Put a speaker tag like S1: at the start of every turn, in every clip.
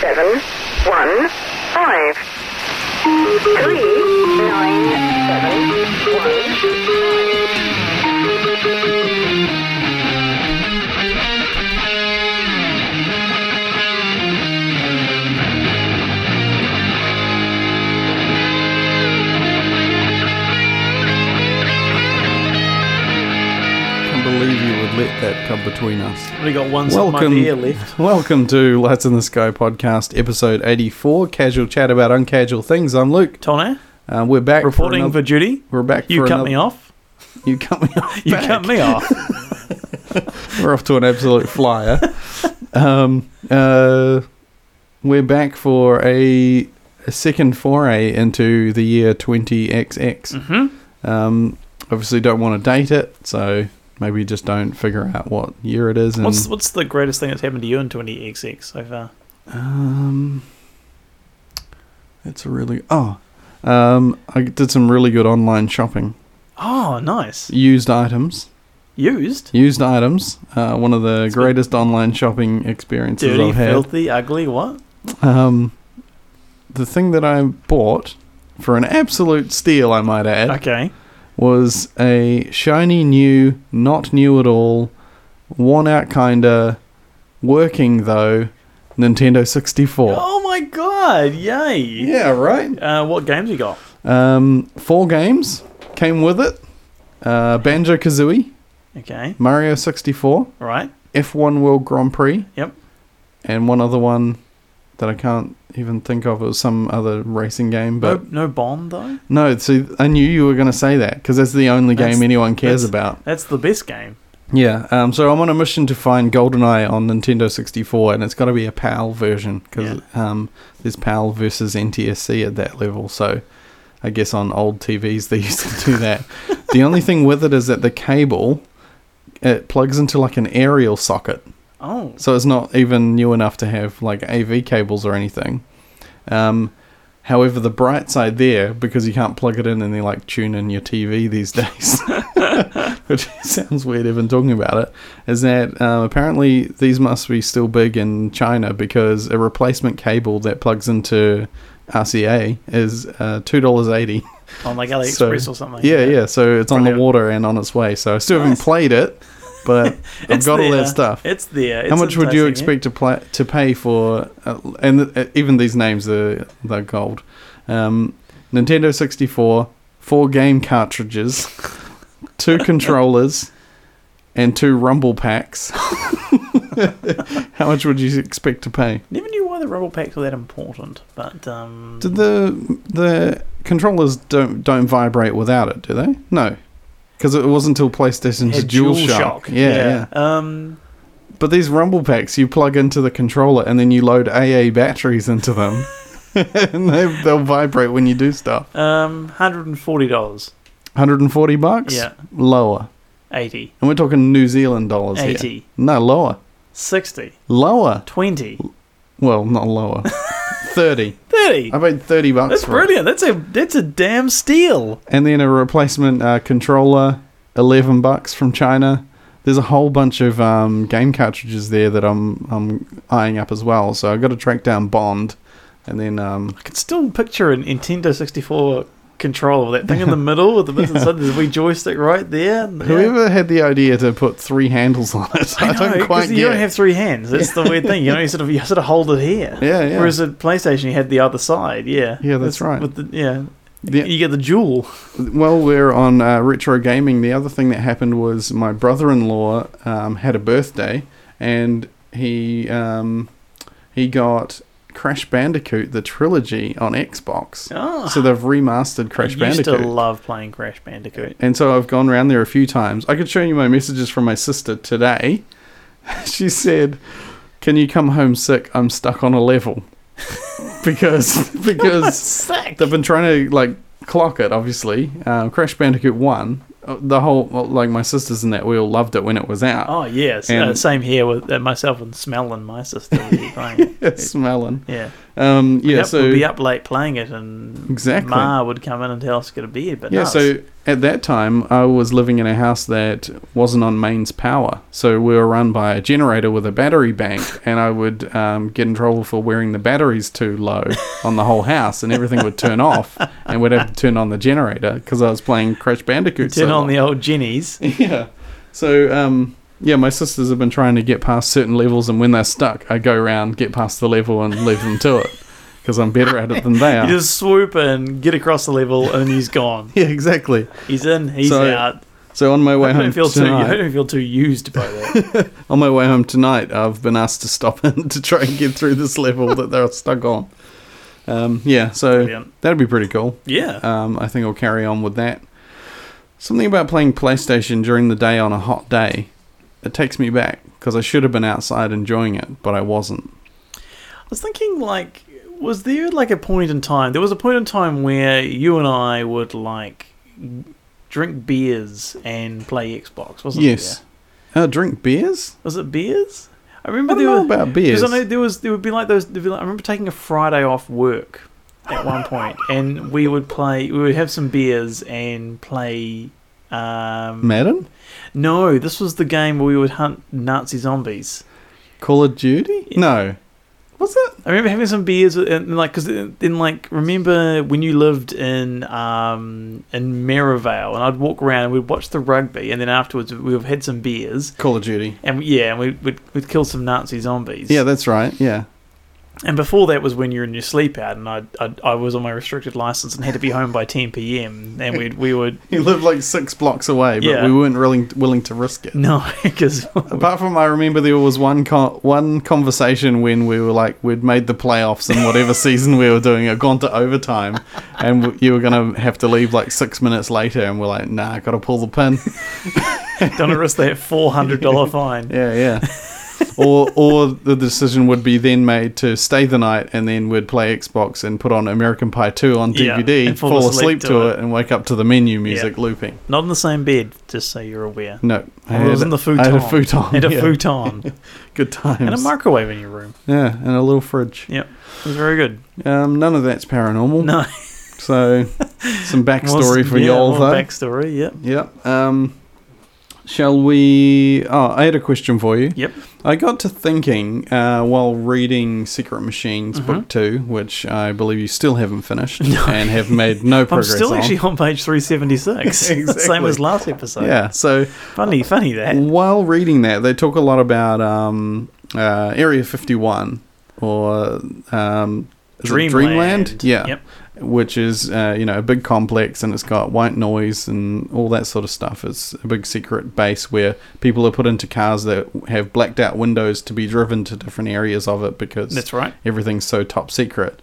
S1: seven one five. Three nine seven one.
S2: can't believe you would let that come between us.
S3: Only got one side of
S2: Welcome,
S3: my ear left.
S2: welcome to Lights in the Sky podcast, episode 84, casual chat about uncasual things. I'm Luke.
S3: Tone,
S2: Uh, we're back
S3: reporting
S2: for,
S3: for,
S2: another,
S3: duty.
S2: We're back
S3: You
S2: for
S3: cut
S2: another-
S3: me off.
S2: You cut me off.
S3: You
S2: back.
S3: cut me off.
S2: We're off to an absolute flyer. um, uh, we're back for a, a second foray into the year 20XX.
S3: hmm
S2: Um, obviously, don't want to date it, so maybe just don't figure out what year it is. And,
S3: What's what's the greatest thing that's happened to you in 20XX so far?
S2: Um, that's a really oh. Um, I did some really good online shopping.
S3: Oh, nice.
S2: Used items,
S3: Used.
S2: used items. Uh, one of the
S3: It's been-
S2: greatest online shopping experiences
S3: Dirty,
S2: I've had.
S3: filthy, ugly, what?
S2: Um, the thing that I bought for an absolute steal, I might add,
S3: Okay.
S2: was a shiny new, not new at all, worn out kinda, working though, Nintendo 64.
S3: Oh my god, yay.
S2: Yeah, right.
S3: Uh, what games you got?
S2: Um, four games came with it: uh, Banjo Kazooie,
S3: Okay,
S2: Mario 64,
S3: right.
S2: F1 World Grand Prix.
S3: Yep.
S2: And one other one that I can't even think of. It was some other racing game, but
S3: no, no Bond, though?
S2: no. See, I knew you were going to say that because that's the only
S3: That's-
S2: game anyone cares
S3: that's-
S2: about.
S3: That's the best game.
S2: Yeah. Um. So I'm on a mission to find GoldenEye on Nintendo 64, and it's got to be a PAL version because um, there's PAL versus NTSC at that level. So I guess on old TVs they used to do that. the only thing with it is that the cable it plugs into like an aerial socket,
S3: Oh,
S2: so it's not even new enough to have like AV cables or anything. Um. However, the bright side there, because you can't plug it in and they like tune in your TV these days, which sounds weird even talking about it, is that um, apparently these must be still big in China because a replacement cable that plugs into RCA is uh, two dollars eighty.
S3: on like AliExpress or something.
S2: Yeah, yeah. So it's on the
S3: Oh, Brilliant.
S2: water and on its way. So I still haven't
S3: Nice.
S2: played it, but I've
S3: It's
S2: got all
S3: there.
S2: that stuff.
S3: It's there.
S2: How
S3: It's
S2: much would you
S3: enticing, eh? yeah?
S2: expect to play to pay for? Uh, and uh, even these names are they're gold. Um, Nintendo sixty four, four game cartridges, two controllers, and two rumble packs. How much would you expect to pay?
S3: Never knew why the rubber packs were that important, but um,
S2: Did the the controllers don't don't vibrate without it? Do they? No. Because it wasn't until PlayStation's
S3: had
S2: Dual Shock.
S3: DualShock.
S2: yeah, yeah.
S3: Um,
S2: But these rumble packs, you plug into the controller and then you load AA batteries into them, and they, they'll vibrate when you do stuff.
S3: um, hundred and forty dollars,
S2: 140 bucks.
S3: Yeah.
S2: Lower,
S3: eighty,
S2: and we're talking New Zealand dollars here.
S3: 80,
S2: No, lower,
S3: 60,
S2: lower.
S3: 20,
S2: Well, not lower. 30.
S3: 30.
S2: I paid 30 bucks
S3: That's
S2: for it.
S3: brilliant. That's a that's a damn steal.
S2: And then a replacement uh, controller, 11 bucks from China. There's a whole bunch of um, game cartridges there that I'm I'm eyeing up as well. So I've got to track down Bond, and then um,
S3: I can still picture an Nintendo sixty four controller, that thing in the middle with the bits inside. There's a wee joystick right there. Yeah.
S2: Whoever had the idea to put three handles on it, I,
S3: I, know,
S2: don't
S3: 'cause
S2: quite get.
S3: you don't have three hands. That's the weird thing. You know, you sort of you sort of hold it here.
S2: yeah, yeah.
S3: Whereas at PlayStation, you had the other side. Yeah.
S2: Yeah, that's right.
S3: With the, yeah.
S2: The-
S3: You get the jewel.
S2: while we're on uh, retro gaming, the other thing that happened was my brother-in-law um, had a birthday, and he um, he got Crash Bandicoot the trilogy on Xbox.
S3: Oh.
S2: So they've remastered Crash
S3: I used
S2: Bandicoot.
S3: to love playing Crash Bandicoot.
S2: And so I've gone round there a few times. I could show you my messages from my sister today. She said, "Can you come home sick? I'm stuck on a level." because because
S3: Sick.
S2: they've been trying to like clock it obviously. Um, Crash Bandicoot 1, uh, the whole well, like my sisters and that we all loved it when it was out.
S3: oh yes,
S2: And-
S3: uh, same here with uh, myself and Smell and my sister. would be playing.
S2: Smelling.
S3: yeah,
S2: Um yeah,
S3: Yep,
S2: so
S3: we'd be up late playing it, and
S2: Exactly.
S3: Ma would come in and tell us to go to bed. But
S2: Yeah,
S3: no,
S2: so at that time, I was living in a house that wasn't on mains power. So we were run by a generator with a battery bank, and I would um, get in trouble for wearing the batteries too low on the whole house, and everything would turn off, and we'd have to turn on the generator because I was playing Crash Bandicoot.
S3: Turn
S2: so
S3: on the old Jennies.
S2: the. Yeah. So, um, yeah, my sisters have been trying to get past certain levels, and when they're stuck, I go around, get past the level, and leave them to it because I'm better at it than they
S3: You
S2: are.
S3: just swoop in, get across the level, and he's gone.
S2: Yeah, exactly.
S3: He's in, he's
S2: So,
S3: out.
S2: So on my way
S3: I
S2: home
S3: don't feel too.
S2: tonight,
S3: I don't feel too used by that.
S2: On my way home tonight, I've been asked to stop in to try and get through this level that they're stuck on. Um, yeah, so
S3: Brilliant.
S2: that'd be pretty cool.
S3: Yeah.
S2: Um, I think I'll carry on with that. Something about playing PlayStation during the day on a hot day. It takes me back because I should have been outside enjoying it, but I wasn't.
S3: I was thinking, like, was there like a point in time? There was a point in time where you and I would like drink beers and play Xbox, wasn't
S2: yes.
S3: there?
S2: Uh, drink beers?
S3: Was it beers? I remember
S2: I don't
S3: there
S2: know
S3: were,
S2: about
S3: 'cause
S2: beers.
S3: I know there was there would be like those. there'd be like- I remember taking a Friday off work at one point, and we would play. We would have some beers and play. Um,
S2: Madden?
S3: no, this was the game where we would hunt Nazi zombies.
S2: Call of Duty? No. Was it?
S3: I remember having some beers and, and like because then like remember when you lived in um in Merivale and I'd walk around and we'd watch the rugby and then afterwards we would have had some beers
S2: Call of Duty.
S3: and yeah and we would we'd kill some Nazi zombies
S2: Yeah, that's right. Yeah.
S3: and before that was when you were in your sleep out and I I, I was on my restricted license and had to be home by 10 p.m. and we'd we would
S2: You lived like six blocks away, but
S3: Yeah.
S2: we weren't really willing to risk it.
S3: no because
S2: Apart from, I remember there was one con- one conversation when we were like we'd made the playoffs and whatever season we were doing had gone to overtime, and w- you were gonna have to leave like six minutes later, and we're like, nah, gotta pull the pin.
S3: don't risk that 400 dollar fine
S2: Yeah, yeah. or or the decision would be then made to stay the night, and then we'd play Xbox and put on American Pie Two on
S3: Yeah,
S2: DVD,
S3: and
S2: fall, asleep, to it, and wake up to the menu music looping.
S3: not in the same bed just so you're aware
S2: No,
S3: I was in the futon
S2: I had a futon.
S3: had a
S2: yeah.
S3: futon
S2: Good times.
S3: and a microwave in your room
S2: yeah, and a little fridge.
S3: Yep, it was very good.
S2: Um, none of that's paranormal.
S3: No
S2: So, some
S3: Well,
S2: backstory for
S3: yeah,
S2: y'all,
S3: well,
S2: though.
S3: Backstory, yep.
S2: yep. Um, shall we? Oh, I had a question for you.
S3: Yep.
S2: I got to thinking uh, while reading Secret Machines
S3: Mm-hmm.
S2: Book Two, which I believe you still haven't finished and have made no
S3: I'm
S2: progress
S3: still
S2: on.
S3: actually on page 376. Same
S2: Exactly.
S3: as last episode.
S2: yeah. So
S3: Funny, funny that.
S2: while reading that, they talk a lot about um, uh, Area 51 or um, is it Dreamland. Yeah.
S3: Yep.
S2: Which is, uh, you know, a big complex and it's got white noise and all that sort of stuff. It's a big secret base where people are put into cars that have blacked out windows to be driven to different areas of it because
S3: That's right.
S2: everything's so top secret.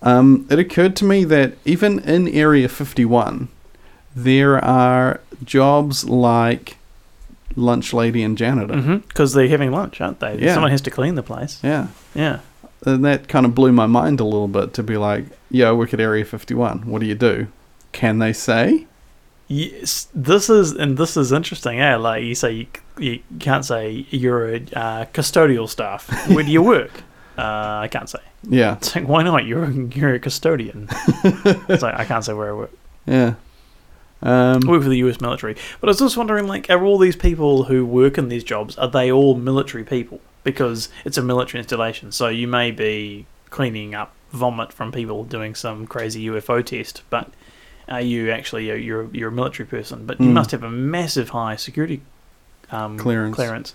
S2: Um, it occurred to me that even in Area 51, there are jobs like lunch lady and janitor.
S3: Because Mm-hmm. they're having lunch, aren't they?
S2: Yeah.
S3: Someone has to clean the place.
S2: Yeah.
S3: Yeah.
S2: And that kind of blew my mind a little bit to be like, yo, work at Area 51. What do you do? Can they say?
S3: Yes, this is and this is interesting, eh? Like you say, you, you can't say you're a uh, custodial staff. Where do you work? Uh, I can't say.
S2: Yeah.
S3: It's like why not? You're a- you're a custodian. it's like I can't say where I work.
S2: Yeah. Um,
S3: work for the U.S. military. But I was just wondering, like, are all these people who work in these jobs are they all military people? Because it's a military installation, so you may be cleaning up vomit from people doing some crazy UFO test, but are you actually a, you're you're a military person? But you
S2: Mm.
S3: must have a massive high security. Um,
S2: Clearance.
S3: clearance.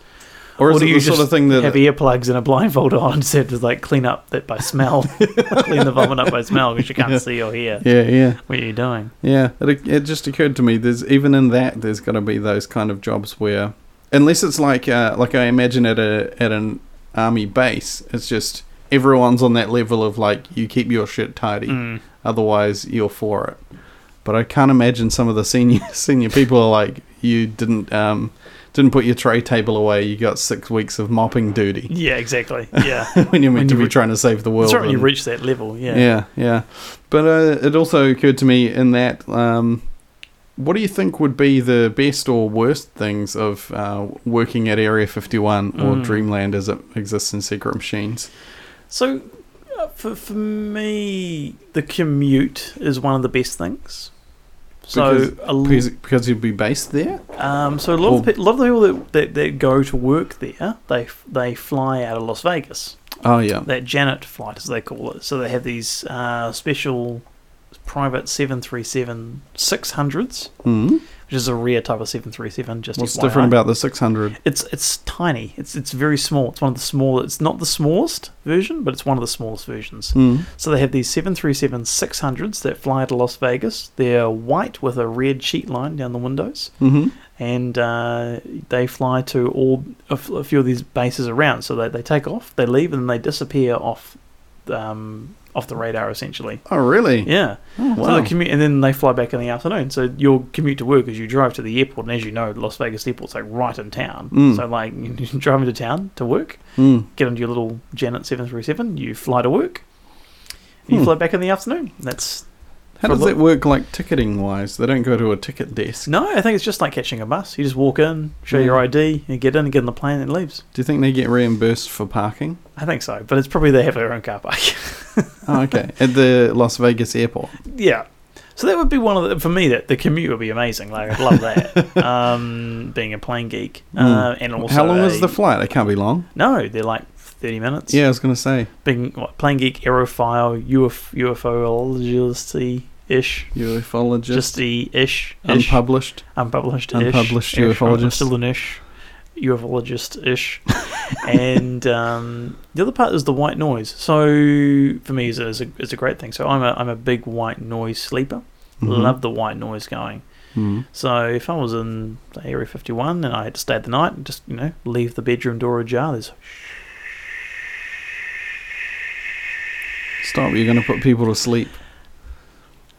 S2: or is
S3: do
S2: it
S3: you
S2: the sort
S3: just
S2: of thing that.
S3: have earplugs and a blindfold on and said to like clean up that by smell, clean the vomit up by smell because you can't
S2: Yeah.
S3: see or hear
S2: yeah, yeah,
S3: what you're doing.
S2: yeah. It, it just occurred to me. There's even in that. There's got to be those kind of jobs where, unless it's like, uh, like I imagine at a at an army base, it's just everyone's on that level of like, you keep your shit tidy.
S3: Mm.
S2: otherwise you're for it. But I can't imagine some of the senior senior people are like you didn't um, didn't put your tray table away. You got six weeks of mopping duty
S3: Yeah, exactly. Yeah.
S2: when you're meant
S3: When
S2: to
S3: you
S2: be
S3: re-
S2: trying to save the world.
S3: That's right when you
S2: and-
S3: reach that level, yeah.
S2: yeah, yeah. But uh, it also occurred to me in that um, what do you think would be the best or worst things of uh, working at Area 51 or
S3: Mm.
S2: Dreamland as it exists in Secret Machines?
S3: So, uh, for for me, the commute is one of the best things So
S2: because,
S3: a l-
S2: because, because you'll be based there.
S3: Um, so a lot, of,
S2: Or-
S3: pe- a lot of the people that, that, that go to work there, they f- they fly out of Las Vegas.
S2: Oh yeah.
S3: That Janet flight, as they call it. So they have these uh, special private 737 600s,
S2: Mm.
S3: which is a rare type of 737. Just
S2: What's
S3: FYI.
S2: different about the 600?
S3: It's it's tiny. It's it's very small. It's one of the small. It's not the smallest version, but it's one of the smallest versions.
S2: Mm.
S3: So they have these 737 600s that fly to Las Vegas. They're white with a red sheet line down the windows
S2: hmm
S3: and uh, they fly to all a, f- a few of these bases around. So they, they take off, they leave, and then they disappear off um, off the radar essentially.
S2: Oh really?
S3: Yeah.
S2: Oh,
S3: So
S2: wow.
S3: they commute, and then they fly back in the afternoon. So your commute to work is you drive to the airport, and as you know, Las Vegas airport's like right in town.
S2: Mm.
S3: So like you drive into town to work,
S2: Mm.
S3: get into your little Janet seven three seven, you fly to work, and you
S2: Hmm.
S3: fly back in the afternoon. That's
S2: How
S3: for a
S2: does
S3: lo-
S2: that work, like ticketing wise? They don't go to a ticket desk.
S3: No, I think it's just like catching a bus. You just walk in, show your
S2: Yeah.
S3: ID, and get in, get in the plane, and it leaves.
S2: Do you think they get reimbursed for parking?
S3: I think so, but it's probably they have their own car park.
S2: Oh, okay. At the Las Vegas airport.
S3: yeah. So that would be one of the, for me that the commute would be amazing. Like I'd love that. um, being a plane geek, uh, and also
S2: Hmm. How long
S3: a,
S2: is the flight? It can't be long.
S3: no? They're like thirty minutes.
S2: Yeah, I was going to say
S3: Being what, plane geek, aerophile, Uf, ufologist ish,
S2: ufologist,
S3: just the ish, ish,
S2: unpublished.
S3: unpublished,
S2: Unpublished
S3: ish,
S2: ufologist.
S3: still an ish, ufologist ish, and um, the other part is the white noise. So for me, is a, is a is a great thing. So I'm a I'm a big white noise sleeper.
S2: Mhm.
S3: Love the white noise going.
S2: Mm.
S3: So if I was in say, Area 51 and I had to stay the night, and just you know leave the bedroom door ajar. There's
S2: Stop! You're going to put people to sleep.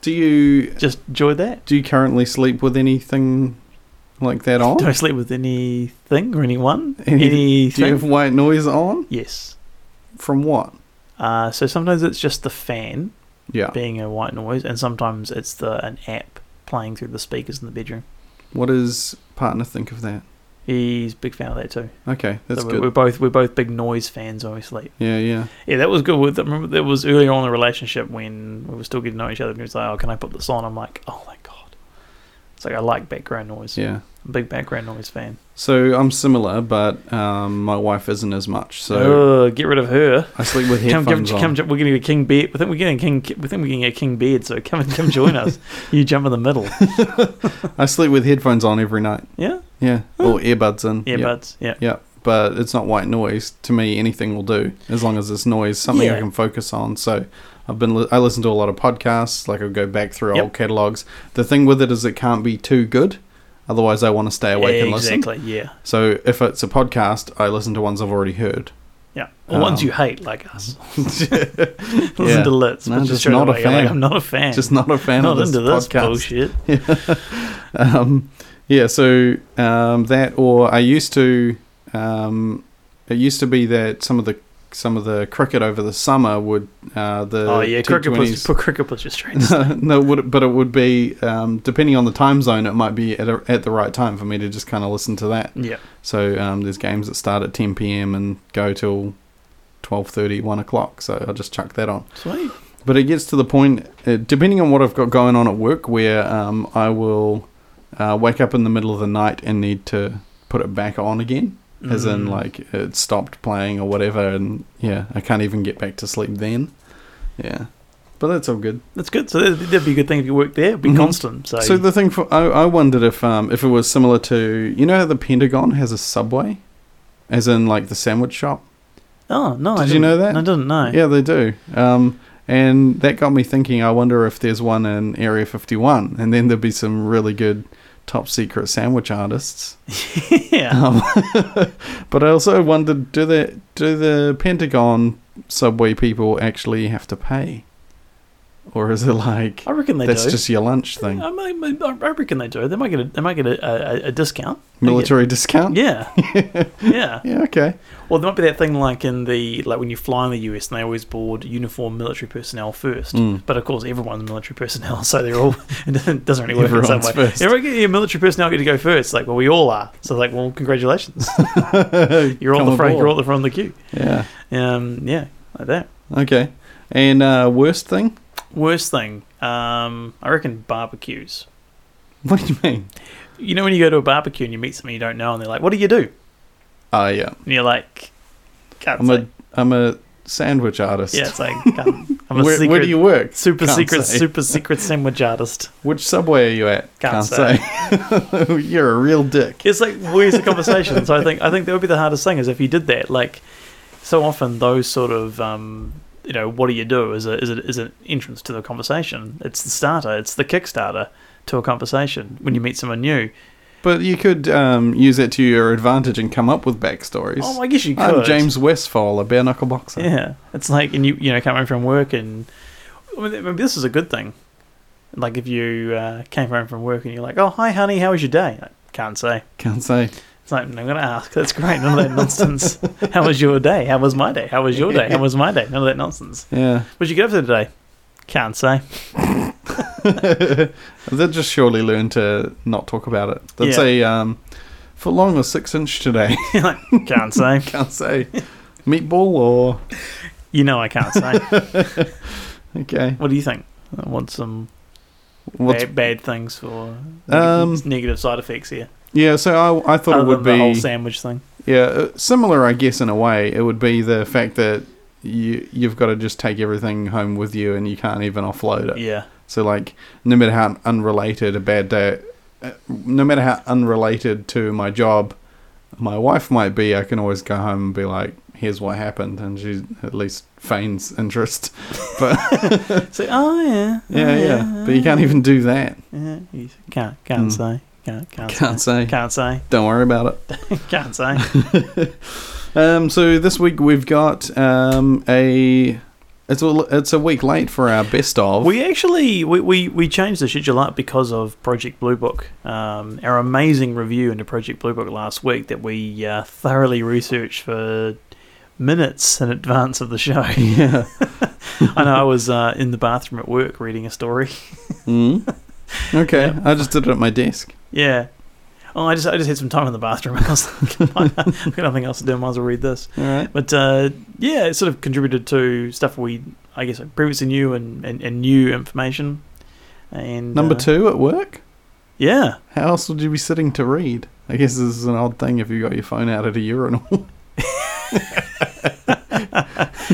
S2: Do you
S3: just enjoy that.
S2: do you currently sleep with anything like that on?
S3: Do I sleep with anything or anyone?
S2: Oh. Any- Do you
S3: anything?
S2: have white noise on?
S3: yes.
S2: From what?
S3: Uh, so sometimes it's just the fan
S2: Yeah.
S3: being a white noise, and sometimes it's the an app playing through the speakers in the bedroom.
S2: What does partner think of that?
S3: He's a big fan of that too.
S2: Okay, that's
S3: so we're,
S2: good.
S3: we're both we're both big noise fans when we sleep.
S2: Yeah, yeah.
S3: Yeah, that was good. With remember that was earlier on in the relationship when we were still getting to know each other. And he was like, "Oh, can I put this on?" I'm like, "Oh, thank God." It's like I like background noise.
S2: Yeah.
S3: I'm a big background noise fan.
S2: So I'm similar, but um, my wife isn't as much. So
S3: So get rid of her.
S2: I sleep with
S3: Come,
S2: headphones
S3: come,
S2: on.
S3: come, We're getting a king bed. We think we're getting a king. We think we're getting a king bed. So come and come join us. You jump in the middle.
S2: I sleep with headphones on every night.
S3: Yeah,
S2: Yeah, or earbuds in. Yeah.
S3: earbuds. Yeah.
S2: Yeah, but it's not white noise. To me, anything will do as long as it's noise, something
S3: Yeah.
S2: I can focus on. So I've been li- I listen to a lot of podcasts. Like I'll go back through
S3: Yep.
S2: old catalogs. The thing with it is it can't be too good, otherwise I want to stay awake and listen.
S3: exactly. Yeah.
S2: So if it's a podcast, I listen to ones I've already heard.
S3: Yeah. Or ones
S2: Um,
S3: you hate, like us. Listen
S2: Yeah.
S3: to Litz.
S2: No,
S3: which is
S2: just
S3: straight
S2: not a
S3: away, you're like,
S2: fan.
S3: I'm not a fan.
S2: Just not a fan of
S3: not
S2: this
S3: into this
S2: podcast.
S3: bullshit.
S2: um, yeah, so um, that or I used to. Um, it used to be that some of the some of the cricket over the summer would uh, the
S3: oh yeah, cricket
S2: T20s
S3: was, cricket was just straight.
S2: no, would it, but it would be um, depending on the time zone. It might be at, a, at the right time for me to just kind of listen to that.
S3: yeah.
S2: So um, there's games that start at 10 p.m. and go till 12:30, 1 o'clock. So I just chuck that on.
S3: Sweet.
S2: But it gets to the point, uh, depending on what I've got going on at work, where um, I will uh, wake up in the middle of the night and need to put it back on again, as in
S3: Mm.
S2: like it stopped playing or whatever, and yeah, I can't even get back to sleep then. Yeah, but that's all good.
S3: That's good. So that'd, that'd be a good thing if you worked there. It'd be
S2: Mhm.
S3: constant. So,
S2: So the thing for I, I wondered if um if it was similar to you know how the Pentagon has a subway, as in like the sandwich shop.
S3: oh no, I
S2: Did you
S3: didn't-
S2: know that?
S3: I didn't know.
S2: Yeah, they do. Um, and that got me thinking. I wonder if there's one in Area 51, and then there'd be some really good top secret sandwich artists.
S3: yeah.
S2: Um, but I also wondered do the do the Pentagon subway people actually have to pay, or is it like
S3: I reckon they
S2: that's
S3: do.
S2: just your lunch
S3: I,
S2: thing?
S3: might- I I reckon they do. They might get a. They might get a, a, a discount. They get-
S2: Military discount?
S3: yeah. yeah.
S2: Yeah. Okay.
S3: Well, there might be that thing like in the like when you fly in the US and they always board uniformed military personnel first.
S2: Mm.
S3: But of course, everyone's military personnel, so they're all it doesn't really work in
S2: Everyone's
S3: some way.
S2: first.
S3: Everyone, your military personnel get to go first. Like, well, we all are. So, like, well, congratulations, you're all
S2: Come
S3: the front, you're all
S2: aboard.
S3: the front of the queue.
S2: Yeah.
S3: Um, yeah, like that.
S2: Okay. And uh, worst thing?
S3: Worst thing, um, I reckon barbecues.
S2: What do you mean?
S3: You know when you go to a barbecue and you meet someone you don't know and they're like, "What do you do?"
S2: Oh, yeah.
S3: And you're like, "Can't
S2: I'm a
S3: say."
S2: I'm a sandwich artist.
S3: Yeah, it's like um, I'm a
S2: where,
S3: secret,
S2: where do you work?
S3: super
S2: Can't
S3: secret,
S2: say.
S3: super secret sandwich artist.
S2: Which subway are you at?
S3: Can't
S2: say. You're a real dick.
S3: It's like where's the conversation? so I think I think that would be the hardest thing is if you did that. Like so often those sort of um, you know what do you do is a, is a, is an entrance to the conversation. It's the starter. It's the Kickstarter to a conversation when you meet someone new.
S2: But you could um, use that to your advantage and come up with backstories.
S3: Oh, I guess you could.
S2: I'm James Westfall, a bare knuckle boxer.
S3: Yeah, it's like and you you know come home from work and I mean, maybe this is a good thing. Like if you uh, came home from work and you're like, oh hi honey, how was your day? I can't say.
S2: Can't say.
S3: It's like, I'm going to ask. That's great. None of that nonsense. How was your day? How was my day? How was your day? How was my day? None of that nonsense.
S2: Yeah.
S3: What'd you get up to today? Can't say.
S2: They'd just surely learn to not talk about it. They'd
S3: Yeah.
S2: say, um, for long or six inch today.
S3: like, can't say.
S2: Can't say. Meatball or.
S3: You know I can't say.
S2: Okay.
S3: What do you think? I want some
S2: What's,
S3: bad, bad things for
S2: Um,
S3: negative side effects here.
S2: yeah, so I, I thought
S3: Other
S2: it would
S3: than the whole
S2: be.
S3: sandwich thing.
S2: Yeah, uh, similar, I guess, in a way. It would be the fact that you you've got to just take everything home with you, and you can't even offload it.
S3: Yeah.
S2: So, like, no matter how unrelated a bad day, uh, no matter how unrelated to my job, my wife might be, I can always go home and be like, "Here's what happened," and she at least feigns interest. But
S3: So, oh, yeah. oh,
S2: yeah, yeah. But you can't even do that.
S3: yeah, you can't, can't say. Can't, can't,
S2: Hmm. Can't
S3: say.
S2: say.
S3: Can't say.
S2: Don't worry about it.
S3: Can't say.
S2: Um, so this week we've got um, a it's a, it's a week late for our best of.
S3: We actually we, we, we changed the schedule up because of Project Blue Book. Um, our amazing review into Project Blue Book last week that we uh, thoroughly researched for minutes in advance of the show.
S2: yeah.
S3: I know I was uh, in the bathroom at work reading a story.
S2: Mm. Okay, I just did it at my desk.
S3: Yeah. Oh, I just I just had some time in the bathroom. I was like, I've got nothing else to do. I might as well read this.
S2: All right.
S3: But uh, yeah, it sort of contributed to stuff we I guess previously knew and, and, and new information. And
S2: Number
S3: uh,
S2: two at work.
S3: Yeah.
S2: How else would you be sitting to read? I guess this is an odd thing if you got your phone out at a urinal.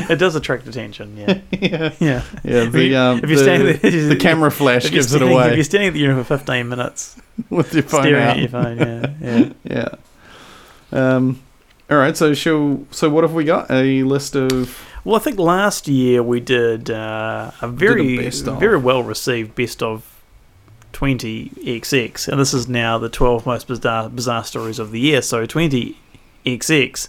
S3: It does attract attention, yeah.
S2: yeah.
S3: Yeah.
S2: Yeah. The
S3: you-
S2: um,
S3: if you're
S2: the,
S3: standing there-
S2: the camera flash
S3: If you're,
S2: gives it
S3: standing, if
S2: away
S3: you're standing at the urinal for 15 minutes,
S2: with your phone
S3: staring
S2: out.
S3: at your phone, yeah, yeah.
S2: Yeah. Um. All right. So shall so what have we got? A list of
S3: Well, I think last year we did uh, a very,
S2: best of.
S3: very well received best of 20XX, and this is now the 12 most bizarre, bizarre stories of the year. So 20XX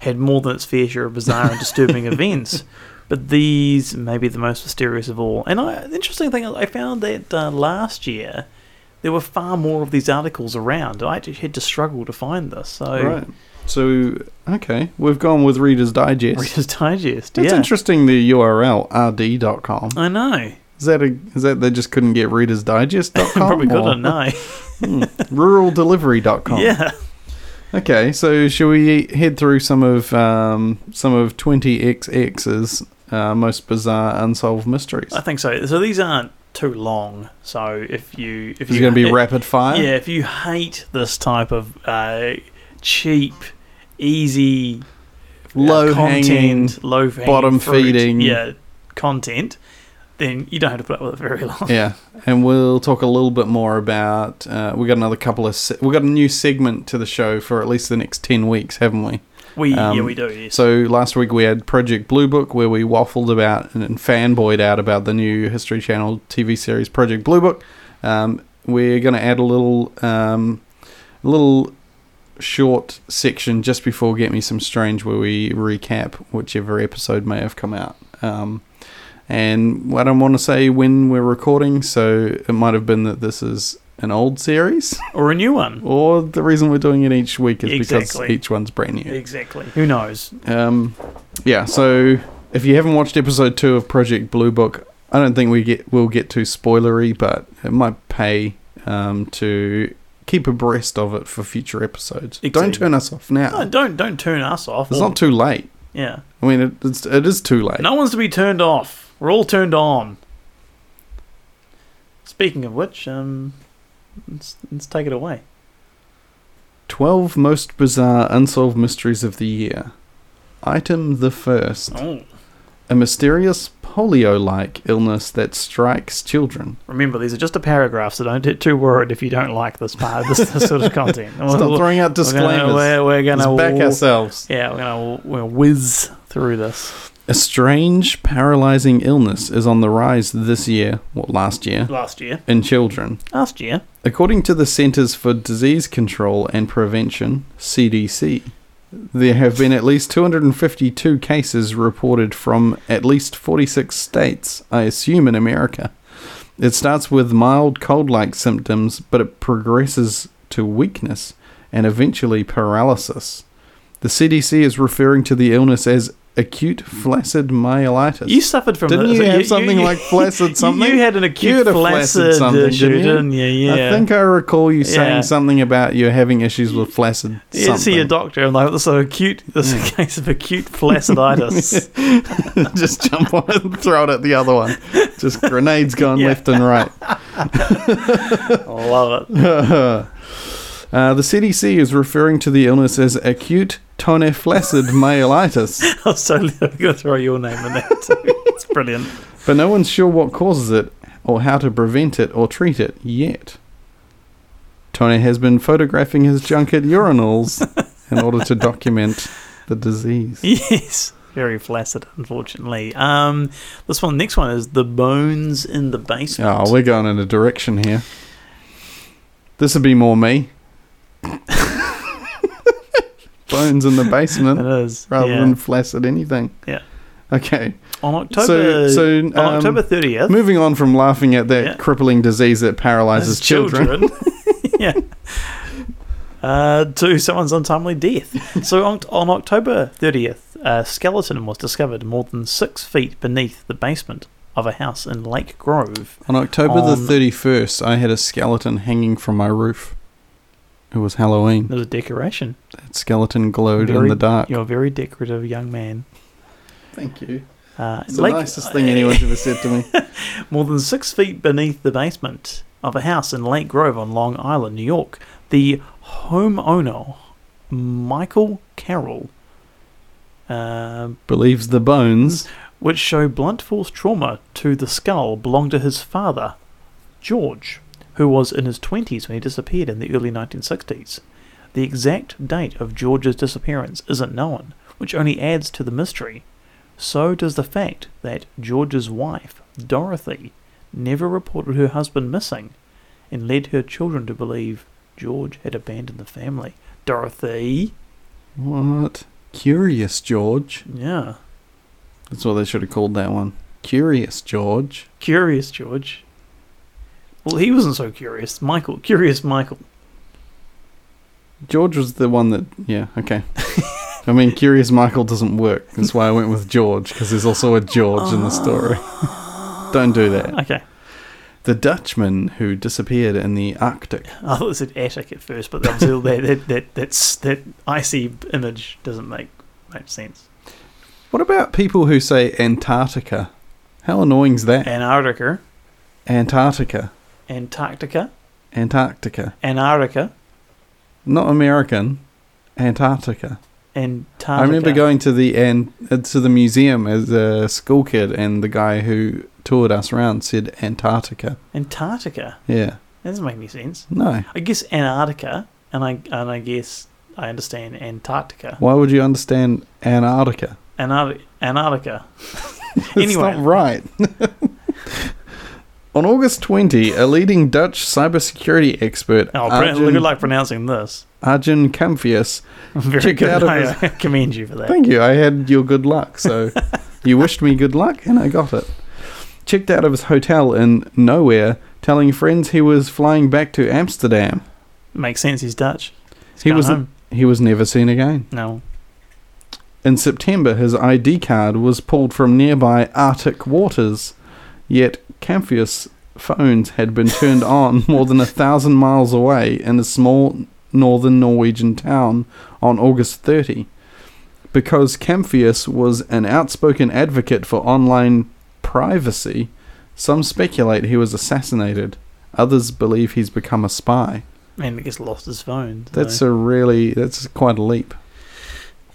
S3: had more than its fair share of bizarre and disturbing events. But these may be the most mysterious of all. And I, the interesting thing, is I found that uh, last year there were far more of these articles around. I actually had to struggle to find this. So,
S2: Right. So okay, we've gone with Reader's Digest.
S3: Reader's Digest.
S2: That's
S3: yeah.
S2: interesting. The URL rd.com.
S3: I know.
S2: Is that a is that they just couldn't get Reader's Digest.com?
S3: Probably
S2: or
S3: couldn't know.
S2: Ruraldelivery.com.
S3: yeah.
S2: Okay, so shall we head through some of um, some of 20xx's uh, most bizarre unsolved mysteries?
S3: I think so. So these aren't too long. So if you if
S2: Is
S3: you
S2: it going to be
S3: it-
S2: rapid fire?
S3: yeah, if you hate this type of uh, cheap, easy,
S2: Low
S3: uh,
S2: hanging.
S3: content, low
S2: bottom feeding.
S3: yeah, content, then you don't have to put up with it very long.
S2: Yeah, and we'll talk a little bit more about. Uh, we got another couple of. Se- we got a new segment to the show for at least the next ten weeks, haven't we?
S3: We
S2: Um,
S3: yeah we do. Yes.
S2: So last week we had Project Blue Book, where we waffled about and fanboyed out about the new History Channel TV series Project Blue Book. Um, we're going to add a little, um, a little short section just before Get Me Some Strange, where we recap whichever episode may have come out. Um, and I don't want to say when we're recording, so it might have been that this is an old series,
S3: or a new one.
S2: or the reason we're doing it each week is because
S3: Exactly.
S2: each one's brand new.
S3: Exactly. Who knows?
S2: Um, yeah. So if you haven't watched episode two of Project Blue Book, I don't think we get we'll get too spoilery, but it might pay um, to keep abreast of it for future episodes.
S3: Exactly.
S2: Don't turn us off now.
S3: No, don't don't turn us off.
S2: it's
S3: Or-
S2: not too late.
S3: yeah.
S2: I mean, it, it's, it is too late.
S3: No one's to be turned off. We're all turned on. Speaking of which, um, Let's, let's take it away.
S2: 12 most bizarre unsolved mysteries of the year. Item the first.
S3: Oh.
S2: A mysterious polio like illness that strikes children.
S3: Remember, these are just a paragraph, so don't get too worried if you don't like this part, this, this sort of content. We'll-
S2: Stop
S3: we'll-
S2: throwing out
S3: Oh, we're gonna-
S2: disclaimers.
S3: We're, we're
S2: Let's
S3: gonna
S2: back
S3: wa-
S2: ourselves.
S3: Yeah, we're gonna we're whiz through this.
S2: A strange paralyzing illness is on the rise this year, what last year,
S3: Last year,
S2: in children.
S3: last year,
S2: According to the Centers for Disease Control and Prevention, CDC, there have been at least 252 cases reported from at least 46 states, I assume in America. It starts with mild cold like symptoms, but it progresses to weakness and eventually paralysis. The CDC is referring to the illness as acute flaccid myelitis.
S3: you suffered from.
S2: Didn't
S3: this.
S2: you have something like flaccid something?
S3: You had an acute
S2: had a flaccid
S3: flaccid, uh,
S2: something,
S3: issue,
S2: didn't you?
S3: didn't you? Yeah.
S2: I think I recall you saying
S3: Yeah.
S2: something about you having issues with flaccid
S3: you did see
S2: something.
S3: your doctor and like, so acute. This is a case of acute flacciditis.
S2: Just jump on it and throw it at the other one. Just grenades going
S3: Yeah.
S2: left and right.
S3: I Love it.
S2: uh, the CDC is referring to the illness as acute toniflacid myelitis,
S3: I was totally going to throw your name in there too. It's brilliant.
S2: but no one's sure what causes it or how to prevent it or treat it yet. Tony has been photographing his junk at urinals in order to document the disease.
S3: Yes. Very flaccid, unfortunately. Um, this one, next one is the bones in the basement.
S2: Oh, we're going in a direction here. This would be more me. Bones in the basement
S3: it is.
S2: rather
S3: yeah.
S2: than flaccid anything.
S3: Yeah.
S2: Okay.
S3: on October.
S2: so,
S3: on
S2: um,
S3: October thirtieth.
S2: Moving on from laughing at that
S3: Yeah.
S2: crippling disease that paralyzes children.
S3: yeah. Uh, to someone's untimely death. so on, on October 30th, a skeleton was discovered more than six feet beneath the basement of a house in Lake Grove.
S2: On October
S3: On-
S2: the 31st, I had a skeleton hanging from my roof. It was Halloween.
S3: There was a decoration.
S2: That skeleton glowed in
S3: Very-
S2: the dark.
S3: You're a very decorative young man.
S2: Thank you.
S3: Uh,
S2: It's the
S3: Lake-
S2: nicest thing anyone's ever said to me.
S3: More than six feet beneath the basement of a house in Lake Grove on Long Island, New York, the homeowner, Michael Carroll, uh,
S2: Believes the bones
S3: which show blunt force trauma to the skull belonged to his father, George, who was in his 20s when he disappeared in the early 1960s. The exact date of George's disappearance isn't known, which only adds to the mystery. So does the fact that George's wife, Dorothy, never reported her husband missing and led her children to believe George had abandoned the family. Dorothy?
S2: What? Curious George.
S3: Yeah.
S2: That's what they should have called that one. Curious George.
S3: Curious George. Well, he wasn't so curious. Michael, curious Michael.
S2: George was the one that. Yeah, okay. I mean, Curious Michael doesn't work. That's why I went with George, because there's also a George in the story. Don't do that.
S3: Okay,
S2: The Dutchman who disappeared in the Arctic.
S3: I thought it said attic at first, but obviously that that that that's, that icy image doesn't make make sense.
S2: What about people who say Antarctica? How annoying's that?
S3: Antarctica,
S2: Antarctica.
S3: Antarctica,
S2: Antarctica.
S3: Antarctica,
S2: Not American. Antarctica.
S3: Antarctica.
S2: I remember going to the and uh, to the museum as a school kid, and the guy who toured us around said Antarctica.
S3: Antarctica.
S2: Yeah,
S3: That doesn't make any sense.
S2: no.
S3: I guess Antarctica, and I and I guess I understand Antarctica.
S2: Why would you understand Antarctica?
S3: Antar- Antarctica.
S2: It's
S3: Anyway.
S2: not right. On August 20, a leading Dutch cybersecurity expert,
S3: Oh, pro-
S2: Arjen,
S3: good luck pronouncing this.
S2: Arjen Kamphius,
S3: Very
S2: Check it
S3: good.
S2: out if
S3: I I commend you for that.
S2: Thank you. I had your good luck. So you wished me good luck, and I got it. Checked out of his hotel in nowhere, telling friends he was flying back to Amsterdam.
S3: Makes sense. He's Dutch. He's
S2: He
S3: gone
S2: was
S3: home.
S2: he was never seen again.
S3: no.
S2: In September, his ID card was pulled from nearby Arctic waters, yet Camphius phones had been turned on more than a thousand miles away in a small northern Norwegian town on August 30. Because Camphius was an outspoken advocate for online privacy, some speculate he was assassinated Others believe he's become a spy.
S3: and it gets lost his phone. so-
S2: That's a really that's quite a leap.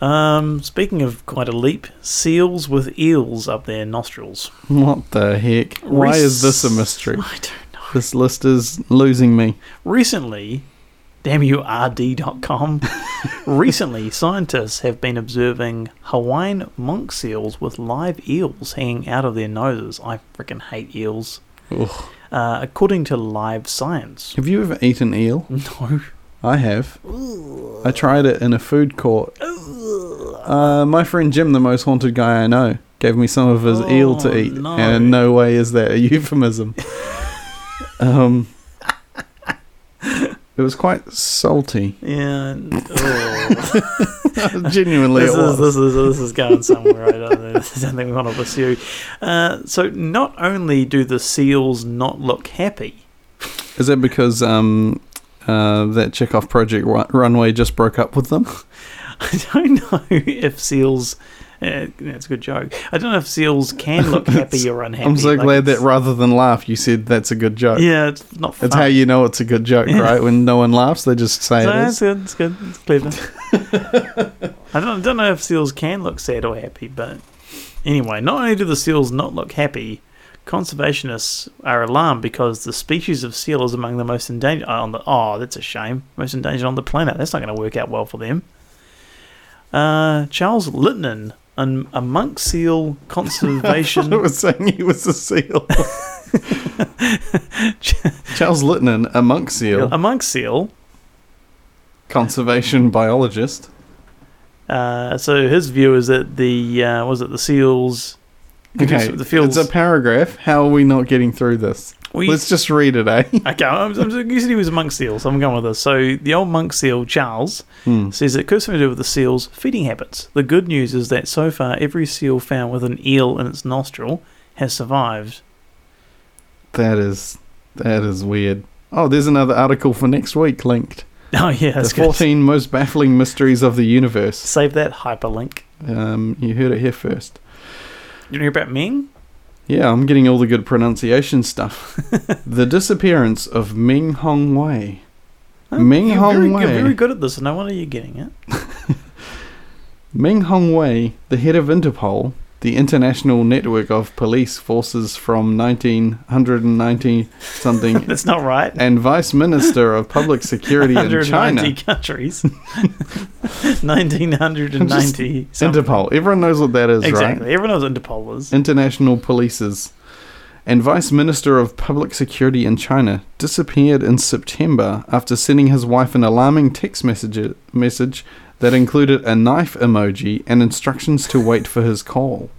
S3: um. Speaking of quite a leap, seals with eels up their nostrils.
S2: What the heck? Why is this a mystery?
S3: I don't know.
S2: This list is losing me.
S3: Recently, damn you, RD.com. recently, scientists have been observing Hawaiian monk seals with live eels hanging out of their noses. I freaking hate eels.
S2: Ugh.
S3: Uh, according to Live Science.
S2: Have you ever eaten eel?
S3: No.
S2: I have. I tried it in a food court. Uh, my friend Jim, the most haunted guy I know, gave me some of his eel
S3: Oh,
S2: to eat,
S3: no.
S2: and in no way is that a euphemism. um, it was quite salty.
S3: Yeah. n- oh.
S2: Genuinely,
S3: this,
S2: it was.
S3: is, this, is, this is going somewhere. I don't, know. This is something we want to pursue. Uh, so, not only do the seals not look happy,
S2: Is that because um, uh, that chick off Project Ru- Runway just broke up with them?
S3: I don't know if seals. Uh, that's a good joke. I don't know if seals can look happy or unhappy.
S2: I'm so
S3: Like,
S2: glad that
S3: it's-
S2: rather than laugh, you said that's a good joke.
S3: Yeah, it's not.
S2: That's
S3: fun.
S2: how you know it's a good joke,
S3: Yeah.
S2: right? When no one laughs, they just say
S3: So
S2: it
S3: that's
S2: is.
S3: good. It's good. It's clever. I don't, don't know if seals can look sad or happy, but anyway, not only do the seals not look happy, conservationists are alarmed because the species of seal is among the most endangered on the. Oh, that's a shame. Most endangered on the planet. That's not going to work out well for them. Uh, Charles Littman, an, a monk seal
S2: I
S3: conservation.
S2: was saying he was a seal. Charles Littman, a monk seal,
S3: a monk seal.
S2: conservation biologist.
S3: Uh, so his view is that the uh, was it the seals.
S2: Okay,
S3: the fields.
S2: it's a paragraph. How are we not getting through this?
S3: we-
S2: Let's just read it, eh?
S3: Okay, I'm, I'm, you said he was a monk seal, so I'm going with this. So the old monk seal, Charles,
S2: Hmm.
S3: says it could something to do with the seal's feeding habits. The good news is that so far every seal found with an eel in its nostril has survived.
S2: That is that is weird. Oh, there's another article for next week linked.
S3: Oh yeah, that's
S2: the
S3: good.
S2: 14 most baffling mysteries of the universe.
S3: Save that hyperlink.
S2: Um, you heard it here first.
S3: You hear about Ming?
S2: Yeah, I'm getting all the good pronunciation stuff. the disappearance of Ming Hong Wei. Ming
S3: you're
S2: Hong
S3: very,
S2: Wei.
S3: You're very good at this, and no wonder you're getting it.
S2: Ming Hong Wei, the head of Interpol, the international network of police forces from 1990 something,
S3: That's not right.
S2: and vice minister of public security in
S3: 190
S2: China.
S3: countries. 1990. something.
S2: Interpol. Everyone knows what that is, right?
S3: Exactly. Everyone knows Interpol is.
S2: international polices, and Vice Minister of Public Security in China disappeared in September after sending his wife an alarming text message, message that included a knife emoji and instructions to wait for his call.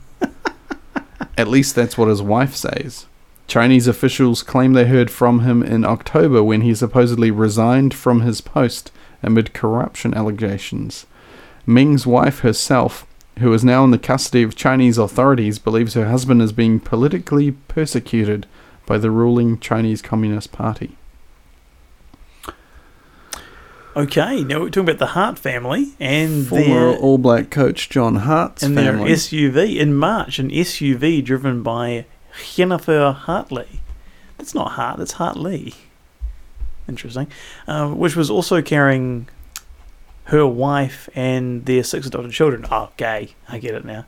S2: At least that's what his wife says. Chinese officials claim they heard from him in October when he supposedly resigned from his post amid corruption allegations. Ming's wife herself, who is now in the custody of Chinese authorities, believes her husband is being politically persecuted by the ruling Chinese Communist Party.
S3: Okay, now we're talking about the Hart family and
S2: Former
S3: their
S2: All Black coach John Hart's
S3: and their
S2: family.
S3: SUV in March, an SUV driven by Jennifer Hartley. That's not Hart, that's Hartley. Interesting. Uh, which was also carrying her wife and their six adopted children. Oh, gay. I get it now.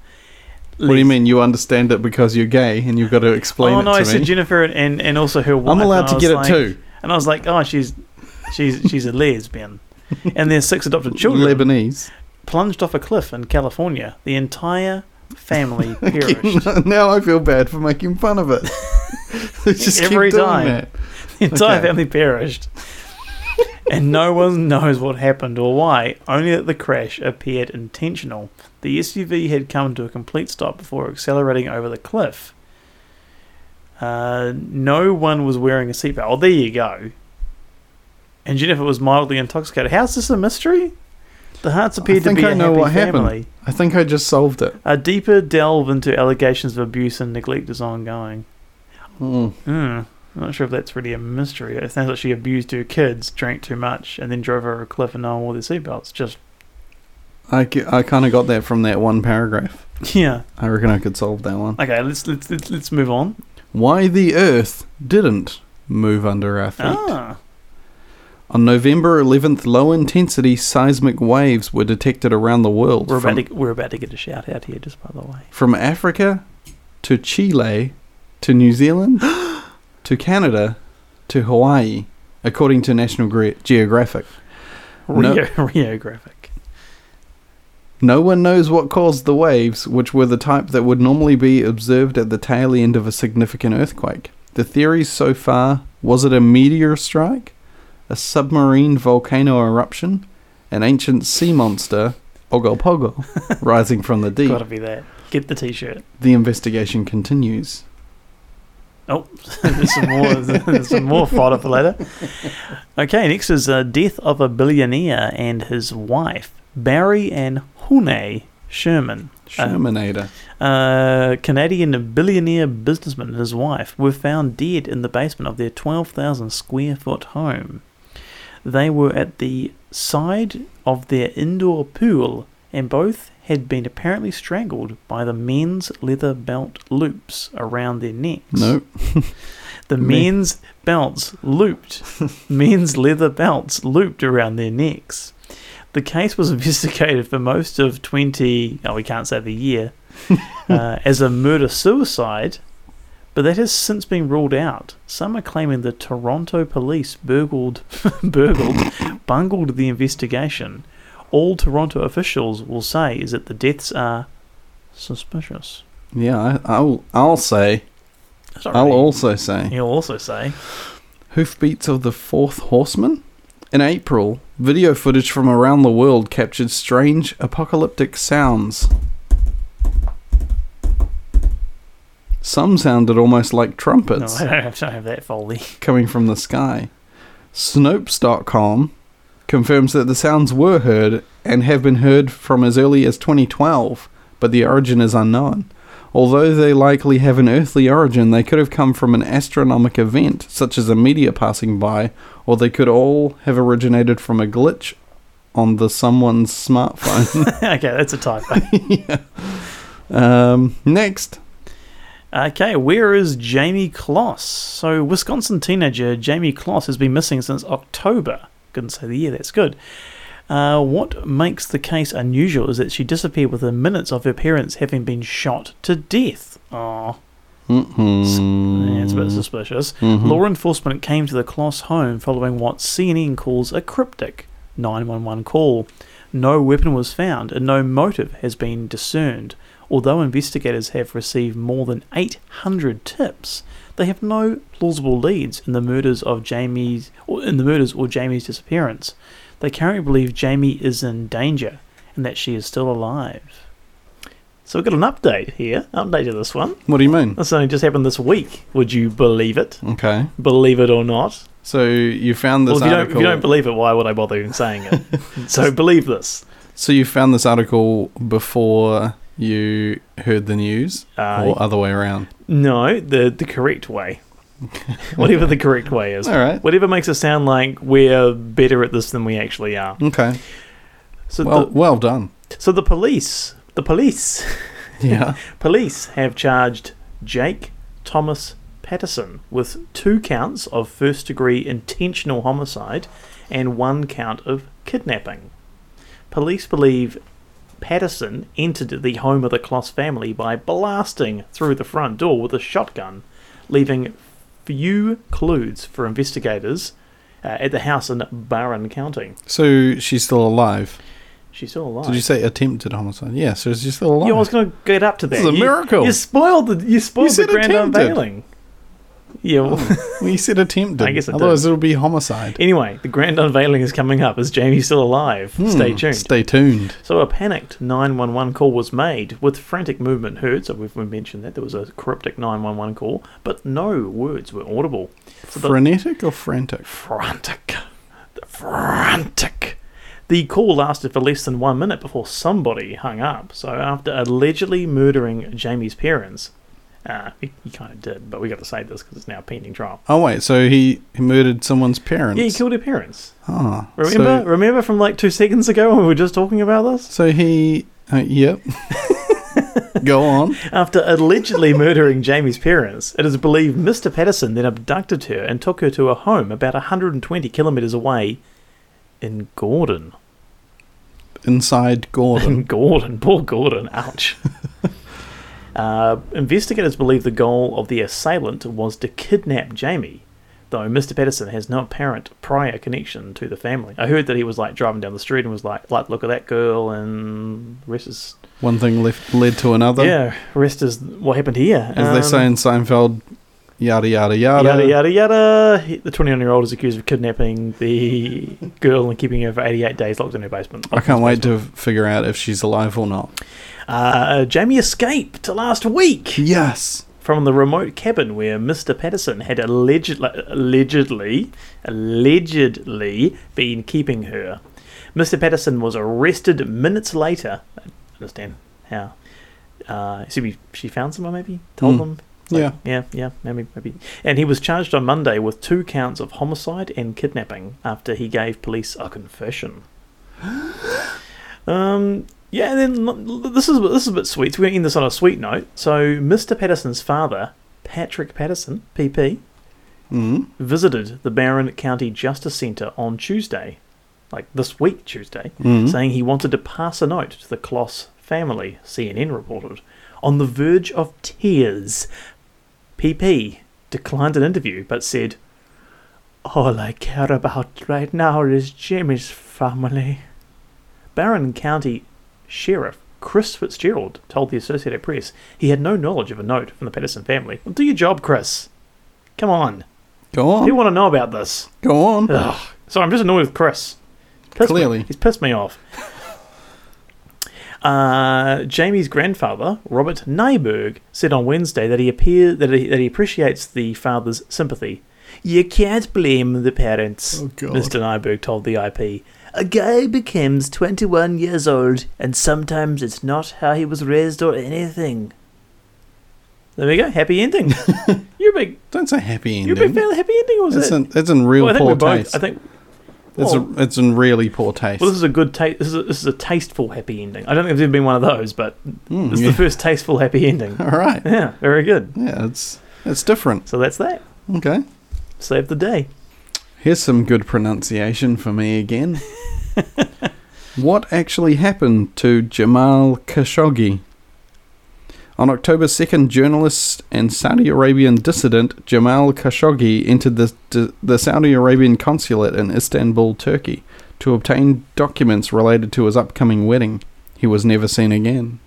S2: what do you mean? You understand it because you're gay and you've got to explain
S3: Oh
S2: it
S3: no,
S2: to
S3: I
S2: me?
S3: said Jennifer and, and, and also her wife.
S2: I'm allowed
S3: and I
S2: to
S3: was
S2: get
S3: like-
S2: it too.
S3: And I was like, oh, she's she's she's a lesbian, and their six adopted children.
S2: Lebanese.
S3: plunged off a cliff in California. The entire family perished.
S2: now I feel bad for making fun of it. Just keep
S3: Every
S2: doing
S3: time.
S2: that.
S3: the entire
S2: Okay.
S3: family perished. and no one knows what happened or why, only that the crash appeared intentional. The SUV had come to a complete stop before accelerating over the cliff. Uh, no one was wearing a seatbelt. Oh, there you go. And Jennifer was mildly intoxicated. How's this a mystery? The hearts appeared to
S2: think
S3: be
S2: I
S3: a
S2: know
S3: happy
S2: what happened.
S3: family.
S2: I think I just solved it.
S3: A deeper delve into allegations of abuse and neglect is ongoing.
S2: Mm.
S3: Hmm. I'm not sure if that's really a mystery. It sounds like she abused her kids, drank too much, and then drove over a cliff and no one wore their seatbelts. Just,
S2: I, kind of got that from that one paragraph.
S3: yeah.
S2: I reckon I could solve that one.
S3: Okay, let's let's let's, let's move on.
S2: Why the Earth didn't move under our feet.
S3: Ah,
S2: On November 11th, low intensity seismic waves were detected around the world.
S3: we're
S2: from-
S3: about to we're about to get a shout out here, just by the way.
S2: from Africa to Chile to New Zealand to Canada to Hawaii, according to National Gre- Geographic. No.
S3: Rio, Rio graphic.
S2: No one knows what caused the waves, which were the type that would normally be observed at the tail end of a significant earthquake. The theories so far was it a meteor strike, a submarine volcano eruption, an ancient sea monster, Ogopogo, rising from the deep?
S3: Gotta be that. Get the t-shirt.
S2: The investigation continues.
S3: Oh, there's some more. There's some more fodder for later. Okay, next is uh, death of a billionaire and his wife Barry and Hune Sherman.
S2: Shermanator.
S3: Uh, Canadian billionaire businessman and his wife were found dead in the basement of their 12,000 square foot home. They were at the side of their indoor pool and both had been apparently strangled by the men's leather belt loops around their necks.
S2: Nope.
S3: The
S2: Me-
S3: men's belts looped. men's leather belts looped around their necks. The case was investigated for most of 20, oh, we can't say the year, uh, as a murder suicide, but that has since been ruled out. Some are claiming the Toronto police burgled, burgled, bungled the investigation. All Toronto officials will say is that the deaths are suspicious.
S2: Yeah, I, I'll I'll say.
S3: That's not
S2: I'll
S3: really-
S2: also say.
S3: He'll also say,
S2: Hoofbeats of the Fourth Horseman. In April, video footage from around the world captured strange apocalyptic sounds. Some sounded almost like
S3: no,
S2: trumpets
S3: I don't have, don't have that foley.
S2: coming from the sky. Snopes.com confirms that the sounds were heard and have been heard from as early as 2012, but the origin is unknown. Although they likely have an earthly origin, they could have come from an astronomic event, such as a meteor passing by, or they could all have originated from a glitch on the someone's smartphone.
S3: okay, that's a typo.
S2: um, next,
S3: okay, where is Jamie Kloss? So, Wisconsin teenager Jamie Kloss has been missing since October. Couldn't say the year, that's good. Uh, what makes the case unusual is that she disappeared within minutes of her parents having been shot to death. Aw. Yeah, it's a bit suspicious. Law enforcement came to the Kloss home following what CNN calls a cryptic 911 call. No weapon was found and no motive has been discerned. Although investigators have received more than 800 tips, they have no plausible leads in the murders of Jamie's or in the murders or Jamie's disappearance. They currently believe Jamie is in danger and that she is still alive. So we've got an update here. Update to this one.
S2: what do you mean?
S3: This only just happened this week. Would you believe it?
S2: Okay,
S3: Believe it or not?
S2: so you found this
S3: Well, if you, don't, if
S2: article.
S3: you don't believe it, why would I bother even saying it? so believe this.
S2: So you found this article before you heard the news,
S3: Uh,
S2: or other way around?
S3: No, the the correct way. Whatever the correct way is.
S2: All right.
S3: Whatever makes it sound like we're better at this than we actually are.
S2: Okay.
S3: So
S2: Well,
S3: the,
S2: well done.
S3: so the police, the police,
S2: Yeah.
S3: police have charged Jake Thomas Patterson with two counts of first degree intentional homicide and one count of kidnapping. Police believe Patterson entered the home of the Kloss family by blasting through the front door with a shotgun, leaving few clues for investigators uh, at the house in Barron County.
S2: so she's still alive.
S3: She's still alive.
S2: Did you say attempted homicide? Yeah. So she's still alive.
S3: Yeah, I was going to get up to that.
S2: This is a
S3: You-
S2: miracle.
S3: You spoiled the you spoiled
S2: said
S3: the grand
S2: attempted.
S3: unveiling. Yeah. Well,
S2: well, you said attempted.
S3: I guess I did.
S2: Otherwise, it'll be homicide.
S3: anyway, the grand unveiling is coming up. Is Jamie still alive? Stay
S2: Hmm,
S3: tuned.
S2: Stay tuned.
S3: so a panicked 911 call was made with frantic movement heard. So we've we mentioned that there was a cryptic 911 call, but no words were audible. So the-
S2: Frenetic or frantic?
S3: frantic. The frantic. The call lasted for less than one minute before somebody hung up. So, after allegedly murdering Jamie's parents, uh, he, he kind of did, but we got to say this because it's now pending trial.
S2: Oh wait, so he, he murdered someone's parents.
S3: Yeah, he killed her parents.
S2: Ah,
S3: Remember?
S2: So,
S3: Remember from like two seconds ago when we were just talking about this?
S2: so he. Uh, yep. Go on.
S3: After allegedly murdering Jamie's parents, it is believed Mr. Patterson then abducted her and took her to a home about 120 kilometres away in Gordon.
S2: Inside Gordon.
S3: In Gordon, poor Gordon, ouch. uh, investigators believe the goal of the assailant was to kidnap Jamie, though Mr. Patterson has no apparent prior connection to the family. I heard that he was like driving down the street and was like, like look at that girl, and the rest is
S2: One thing left led to another.
S3: yeah, rest is what happened here.
S2: As they
S3: Um,
S2: say in Seinfeld, yada yada yada.
S3: Yada yada yada. He- The 21 year old is accused of kidnapping the girl and keeping her for 88 days locked in her basement.
S2: I can't wait to figure out if she's alive or not.
S3: Uh, Jamie escaped last week
S2: Yes.
S3: from the remote cabin where Mr. Patterson had allegedly, allegedly, allegedly been keeping her. Mr. Patterson was arrested minutes later. I don't understand how? Uh, so we- she found someone, maybe told
S2: Mm.
S3: them.
S2: Yeah.
S3: Yeah, yeah, maybe, maybe. And he was charged on Monday with two counts of homicide and kidnapping after he gave police a confession. um, yeah, and then l- l- this is this is a bit sweet. So we're gonna end this on a sweet note. So Mr. Patterson's father, Patrick Patterson, PP,
S2: Mm.
S3: visited the Barron County Justice Centre on Tuesday, like this week Tuesday,
S2: Mhm.
S3: saying he wanted to pass a note to the Kloss family, CNN reported. On the verge of tears, PP declined an interview but said, All I care about right now is Jimmy's family. Barron County Sheriff Chris Fitzgerald told the Associated Press he had no knowledge of a note from the Patterson family. Well, do your job, Chris. Come on.
S2: Go on.
S3: People want to know about this.
S2: Go on.
S3: Ugh. So I'm just annoyed with Chris. Pissed me-
S2: Clearly.
S3: he's pissed me off. Uh, Jamie's grandfather, Robert Nyberg, said on Wednesday that he appeared that he, that he appreciates the father's sympathy. You can't blame the parents,
S2: Oh, God.
S3: Mr. Nyberg told the IP. A guy becomes 21 years old, and sometimes it's not how he was raised or anything. There we go, happy ending. you're a big,
S2: Don't say happy ending.
S3: you're a big fan of the happy ending, or was
S2: It's
S3: it?
S2: in, it's in real
S3: Well, I think
S2: poor
S3: we're both.
S2: taste.
S3: I think
S2: it's,
S3: well,
S2: a, it's in really poor taste.
S3: well, this is a good taste. This is a, this is a tasteful happy ending. I don't think there's ever been one of those, but
S2: Mm,
S3: this is
S2: yeah.
S3: the first tasteful happy ending.
S2: All right.
S3: yeah, very good.
S2: Yeah, it's it's different.
S3: So that's that.
S2: Okay.
S3: Save the day.
S2: Here's some good pronunciation for me again. what actually happened to Jamal Khashoggi? On October 2nd, journalist and Saudi Arabian dissident Jamal Khashoggi entered the, the- the Saudi Arabian consulate in Istanbul, Turkey, to obtain documents related to his upcoming wedding. He was never seen again.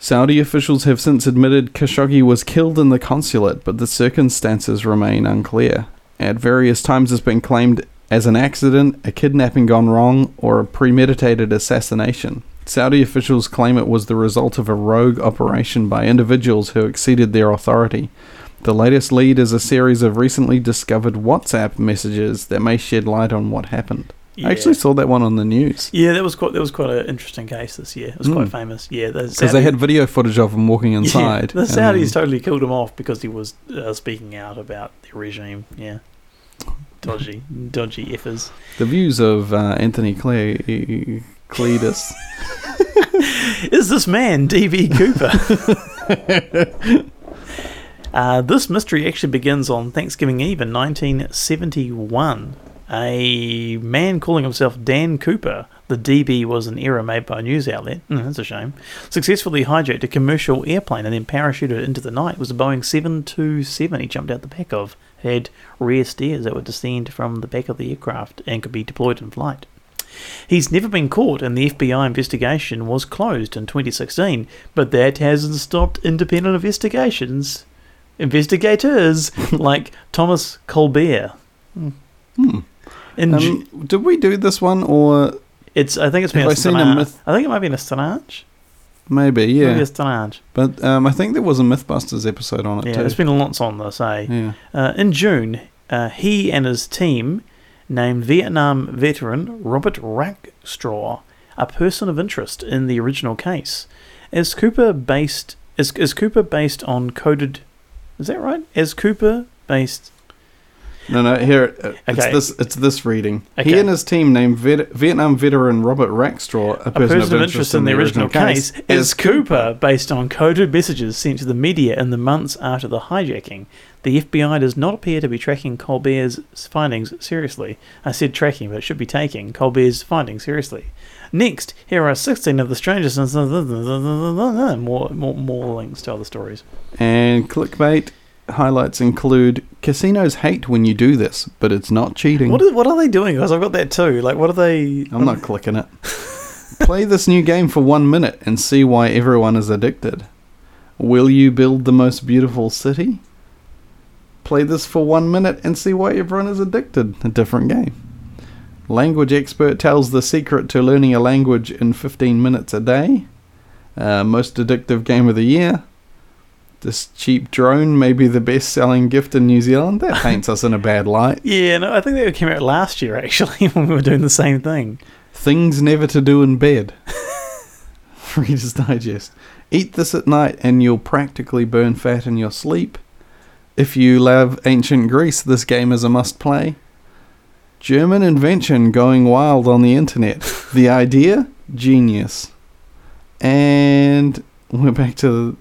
S2: Saudi officials have since admitted Khashoggi was killed in the consulate, but the circumstances remain unclear. At various times, it's been claimed as an accident, a kidnapping gone wrong, or a premeditated assassination. Saudi officials claim it was the result of a rogue operation by individuals who exceeded their authority. The latest lead is a series of recently discovered WhatsApp messages that may shed light on what happened.
S3: Yeah.
S2: I actually saw that one on the news
S3: yeah, that was quite that was quite an interesting case this year. It was quite
S2: Mm.
S3: famous. Yeah,
S2: because they had video footage of him walking inside.
S3: Yeah, the
S2: and
S3: Saudis
S2: then-
S3: totally killed him off because he was uh, speaking out about the regime. Yeah, dodgy, dodgy effers.
S2: The views of uh, Anthony Cle- Cletus.
S3: Is this man D.B. Cooper? uh, this mystery actually begins on Thanksgiving Eve in 1971. A man calling himself Dan Cooper, the DB was an error made by a news outlet, mm, that's a shame, successfully hijacked a commercial airplane and then parachuted into the night. It was a Boeing 727 he jumped out the back of. It had rear stairs that would descend from the back of the aircraft and could be deployed in flight. He's never been caught, and the FBI investigation was closed in 2016. But that hasn't stopped independent investigations, investigators like Thomas Colbert.
S2: Hmm.
S3: In Ju-
S2: Um, did we do this one or
S3: it's, I think it's been
S2: have
S3: a
S2: I seen a
S3: Strange.
S2: myth-
S3: I think it might be an Strange.
S2: maybe?
S3: Maybe
S2: Yeah,
S3: a Strange.
S2: but um, I think there was a MythBusters episode on it
S3: Yeah,
S2: too.
S3: there's been lots on this, eh?
S2: yeah,
S3: Uh, in June, uh, he and his team named Vietnam veteran Robert Rackstraw a person of interest in the original case. Is Cooper based? Is, is Cooper based on coded? Is that right? Is Cooper based?
S2: No, no. Here, uh, it's
S3: Okay.
S2: this. It's this reading. He
S3: Okay.
S2: and his team named Vet- Vietnam veteran Robert Rackstraw a person,
S3: A person of interest in the original case is Cooper, based on coded messages sent to the media in the months after the hijacking. The FBI does not appear to be tracking Colbert's findings seriously. I said tracking, but it should be taking Colbert's findings seriously. Next, here are 16 of the strangest and more, more, more links to other stories.
S2: And clickbait highlights include casinos hate when you do this, but it's not cheating.
S3: What are, what are they doing? Because I've got that too. Like, what are they.
S2: I'm not clicking it. Play this new game for one minute and see why everyone is addicted. Will you build the most beautiful city? Play this for one minute and see why everyone is addicted. A different game. Language expert tells the secret to learning a language in 15 minutes a day. Uh, most addictive game of the year. This cheap drone may be the best selling gift in New Zealand. That paints us in a bad light.
S3: Yeah, no, I think they came out last year, actually, when we were doing the same thing.
S2: Things never to do in bed. Reader's Digest. Eat this at night and you'll practically burn fat in your sleep. If you love ancient Greece, this game is a must play. German invention going wild on the internet. the idea? Genius. And we're back to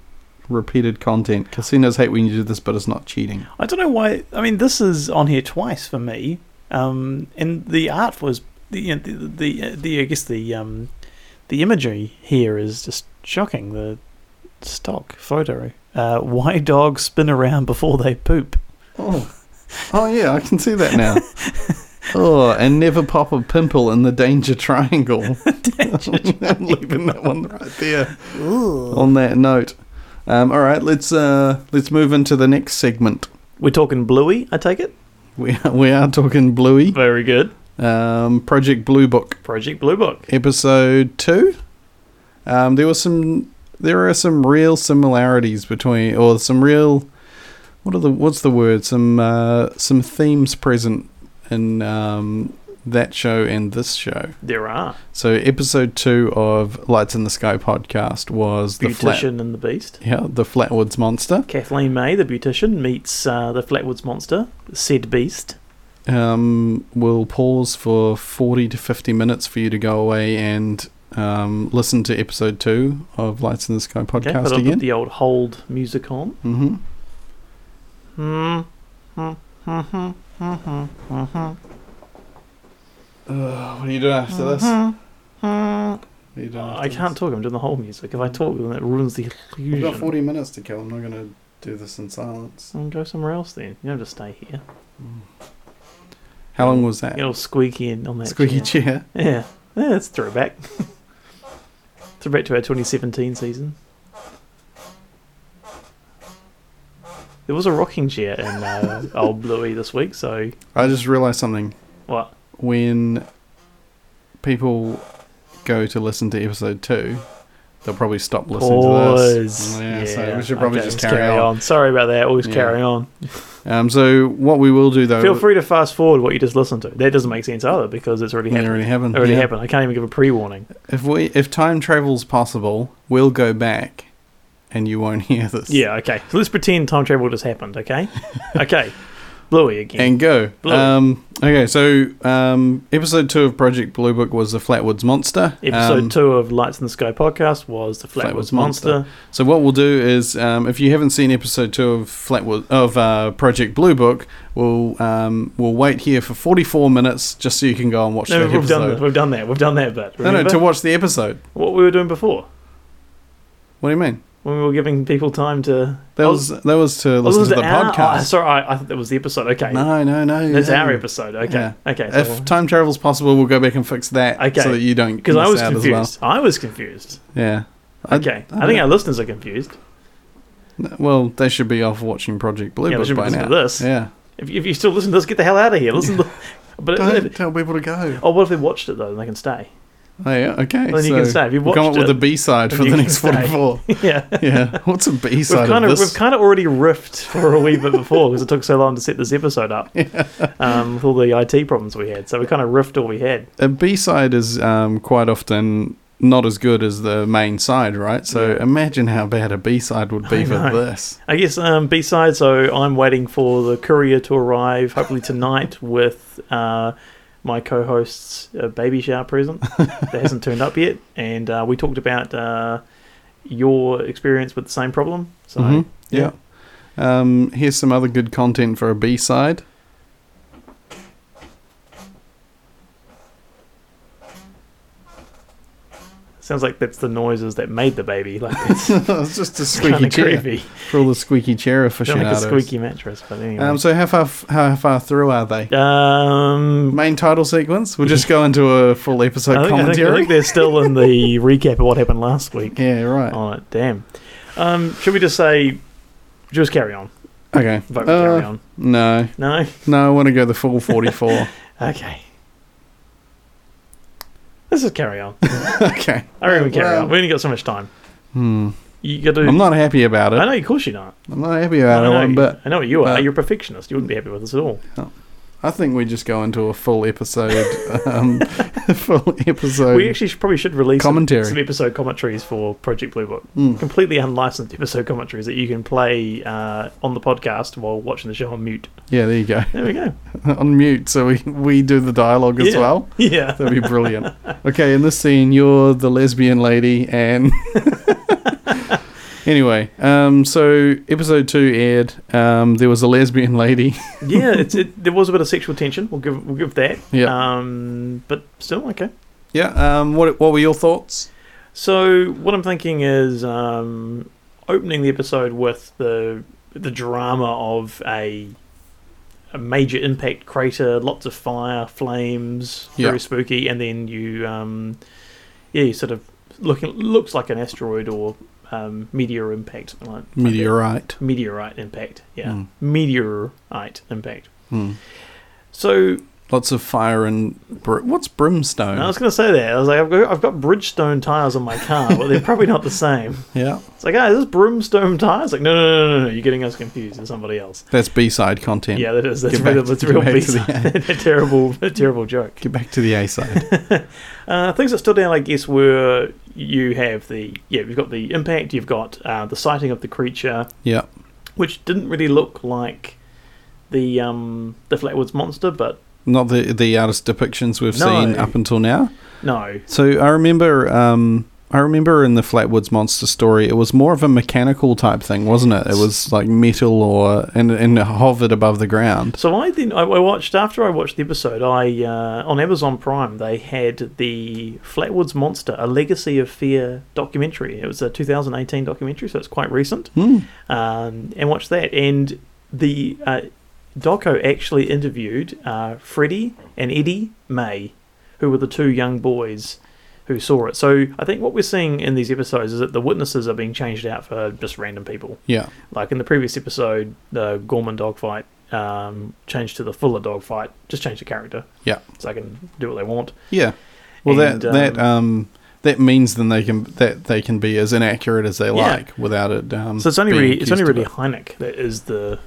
S2: repeated content. Casinos hate when you do this, but it's not cheating.
S3: I don't know why. I mean, this is on here twice for me, um, and the art was the you know, the, the uh, the I guess the um, the imagery here is just shocking. The stock photo. Uh, why dogs spin around before they poop?
S2: Oh, oh yeah, I can see that now. oh, and never pop a pimple in the danger triangle. I'm leaving that one right there. On that note, um, all right, let's uh, let's move into the next segment.
S3: We're talking Bluey, I take it.
S2: We are, we are talking Bluey,
S3: Very good.
S2: um, Project Blue Book,
S3: Project Blue Book.
S2: episode two. Um, there was some, there are some real similarities between, or some real, what are the, what's the word? Some, uh, some themes present in um, that show and this show.
S3: There are
S2: So episode two of Lights in the Sky podcast was the flat,
S3: Beautician and the Beast.
S2: yeah, the Flatwoods monster.
S3: Kathleen May, the beautician, meets uh, the Flatwoods monster, said beast.
S2: Um, we'll pause for forty to fifty minutes for you to go away and um, listen to episode two of Lights in the Sky
S3: Okay,
S2: podcast
S3: put on the-
S2: again.
S3: the old hold music on.
S2: hmm
S3: Hmm.
S2: Uh, what are you doing after this? What are you doing? After
S3: Uh, I can't
S2: This?
S3: talk. I'm doing the whole music. If I talk, then it ruins the
S2: We've got
S3: illusion.
S2: forty minutes to kill. I'm not gonna do this in silence.
S3: I'll go somewhere else then. You don't just stay here.
S2: How long was that?
S3: Get all squeaky in on that.
S2: Uh, Squeaky
S3: chair.
S2: chair.
S3: Yeah. Yeah, it's throwback. throwback to our 2017 season. There was a rocking chair in uh, old Bluey this week, so
S2: I just realised something.
S3: what?
S2: when people go to listen to episode two, they'll probably stop listening to this.
S3: Pause.
S2: Yeah, so we should probably just carry, on.
S3: Sorry about that. Always
S2: Yeah.
S3: carry on.
S2: Um, so what we will do though,
S3: Feel free to fast forward what you just listened to. That doesn't make sense either because it's already
S2: Yeah, it
S3: happened.
S2: already happened.
S3: Already
S2: yeah.
S3: happened. I can't even give a pre-warning.
S2: If we if time travel's possible, we'll go back, and you won't hear this.
S3: Yeah, okay. So let's pretend time travel just happened, okay? okay. Bluey again.
S2: And go.
S3: Blue.
S2: Um, okay, so um, episode two of Project Blue Book was the Flatwoods Monster.
S3: Episode
S2: Um,
S3: two of Lights in the Sky podcast was the Flatwoods,
S2: Flatwoods
S3: Monster.
S2: Monster. So what we'll do is, um, if you haven't seen episode two of Flatwood of uh, Project Blue Book, we'll um, we'll wait here for forty four minutes just so you can go and watch
S3: No,
S2: the
S3: we've done that.
S2: episode.
S3: We've done that. We've done that bit.
S2: No, no,
S3: Remember
S2: to watch the episode.
S3: what we were doing before
S2: What do you mean?
S3: when we were giving people time to.
S2: That
S3: Oh,
S2: was that was to
S3: oh, this
S2: listen
S3: was
S2: to the
S3: an hour? Oh,
S2: podcast.
S3: sorry, I, I thought that was the episode. Okay,
S2: No, no, no.
S3: that's
S2: no.
S3: our episode. Okay,
S2: Yeah.
S3: okay. So
S2: If time travel's possible, we'll go back and fix that
S3: Okay.
S2: so that you don't
S3: because
S2: miss
S3: I was
S2: out as
S3: confused. I was confused.
S2: well. Yeah.
S3: Okay, I, think our listeners are confused.
S2: I, well, they should be off watching Project Blue
S3: Yeah, they
S2: Book
S3: should be
S2: by now.
S3: listening to this.
S2: Yeah.
S3: If, if you still listen to this, get the hell out of here. Listen, to, but
S2: Don't tell people to go.
S3: oh, what if they watched it though? Then they can stay.
S2: Oh, yeah, okay.
S3: Well, then you
S2: so
S3: can say, if you
S2: we'll come up
S3: watched
S2: with
S3: it,
S2: a B side
S3: then
S2: for
S3: you
S2: the
S3: can
S2: next
S3: say.
S2: 44.
S3: yeah.
S2: yeah, what's a B
S3: We've
S2: side
S3: kind
S2: of
S3: of
S2: this?
S3: we've kind of already riffed for a wee bit before because it took so long to set this episode up um, with all the IT problems we had. So we kind of riffed all we had.
S2: a B side is um, quite often not as good as the main side, right? So
S3: Yeah.
S2: imagine how bad a B side would be
S3: I
S2: for
S3: know.
S2: this.
S3: I guess um, B side. So I'm waiting for the courier to arrive, hopefully tonight, with uh, my co-host's uh, baby shower present that hasn't turned up yet, and uh, we talked about uh, your experience with the same problem. So
S2: Mhm. Yeah. Um, here's some other good content for a B side.
S3: sounds like that's the noises that made the baby. Like it's
S2: it's just a
S3: kind
S2: squeaky
S3: of
S2: chair
S3: creepy.
S2: for all the squeaky chair
S3: Sound like a
S2: aficionados.
S3: squeaky mattress, but anyway.
S2: um, so how far f- how far through are they?
S3: Um,
S2: Main title sequence. We'll just go into a full episode
S3: I think, I, think, I
S2: commentary.
S3: think Oh, they're still in the recap of what happened last week.
S2: yeah, right.
S3: On it, damn. Um, should we just say, just carry on?
S2: Okay.
S3: Vote
S2: Uh,
S3: carry on.
S2: No,
S3: No.
S2: no, I want to go the full forty-four.
S3: Okay. This is carry on.
S2: okay.
S3: I reckon we carry
S2: Well-
S3: on. We only got so much time.
S2: Hmm.
S3: You got to.
S2: I'm not happy about
S3: I
S2: it.
S3: know. Of course, you're not.
S2: I'm not happy about
S3: I
S2: it
S3: know,
S2: one bit.
S3: I know what you are.
S2: but-
S3: You're a perfectionist. You wouldn't be happy with this at all.
S2: I think we just go into a full episode, um, full episode.
S3: we actually should, probably should release some-
S2: commentary.
S3: Some, episode commentaries for Project Blue Book.
S2: Mm.
S3: Completely unlicensed episode commentaries that you can play uh, on the podcast while watching the show on mute.
S2: yeah, there you go.
S3: There we go.
S2: On mute, so we we do the dialogue as
S3: Yeah.
S2: well.
S3: Yeah.
S2: That'd be brilliant. okay, in this scene, you're the lesbian lady, and anyway, um, so episode two aired. Um, there was a lesbian lady.
S3: yeah. It's it, there was a bit of sexual tension. We'll give we'll give that.
S2: Yeah.
S3: Um. But still okay.
S2: yeah. Um, what what were your thoughts?
S3: So what I'm thinking is um, opening the episode with the the drama of a a major impact crater, lots of fire, flames, very
S2: Yeah.
S3: spooky, and then you um, yeah, you sort of looking looks like an asteroid or um, meteor impact, something like like
S2: Meteorite.
S3: that. meteorite impact, yeah,
S2: Mm.
S3: meteorite impact.
S2: Hmm.
S3: So
S2: Lots of fire and br- what's brimstone?
S3: I was going to say that I was like, I've got, I've got Bridgestone tires on my car, but they're probably not the same.
S2: yeah,
S3: It's like, ah, is this Broomstone Tires? Like, no, no, no, no, no, you're getting us confused with somebody else.
S2: that's B side content.
S3: Yeah, that is that's
S2: Get
S3: real,
S2: back-
S3: that's
S2: get
S3: real
S2: back to
S3: beast.
S2: the-
S3: a terrible, a terrible joke.
S2: Get back to the A side.
S3: Uh, things that stood out, I guess, were you have the yeah, you've got the impact, you've got uh, the sighting of the creature,
S2: yeah.
S3: which didn't really look like the um the Flatwoods monster, but
S2: Not the the artist depictions we've
S3: No.
S2: seen up until now.
S3: no,
S2: So I remember, um, I remember in the Flatwoods Monster story, it was more of a mechanical type thing, wasn't it? It was like metal or and and it hovered above the ground.
S3: So I then I I watched after I watched the episode. I uh, on Amazon Prime they had the Flatwoods Monster: A Legacy of Fear documentary. It was a 2018 documentary, so it's quite recent.
S2: Hmm.
S3: Um, and watched that. And the uh, doco actually interviewed uh, Freddie and Eddie May, who were the two young boys who saw it. So I think what we're seeing in these episodes is that the witnesses are being changed out for just random people
S2: Yeah,
S3: like in the previous episode, the Gorman dogfight um, changed to the Fuller dogfight. Just change the character.
S2: Yeah.
S3: So they can do what they want.
S2: yeah. Well,
S3: And,
S2: that that um that means then they can that they can be as inaccurate as they like without it. Um,
S3: So it's only
S2: being
S3: really it's only
S2: accused of
S3: really
S2: it.
S3: Hynek that is the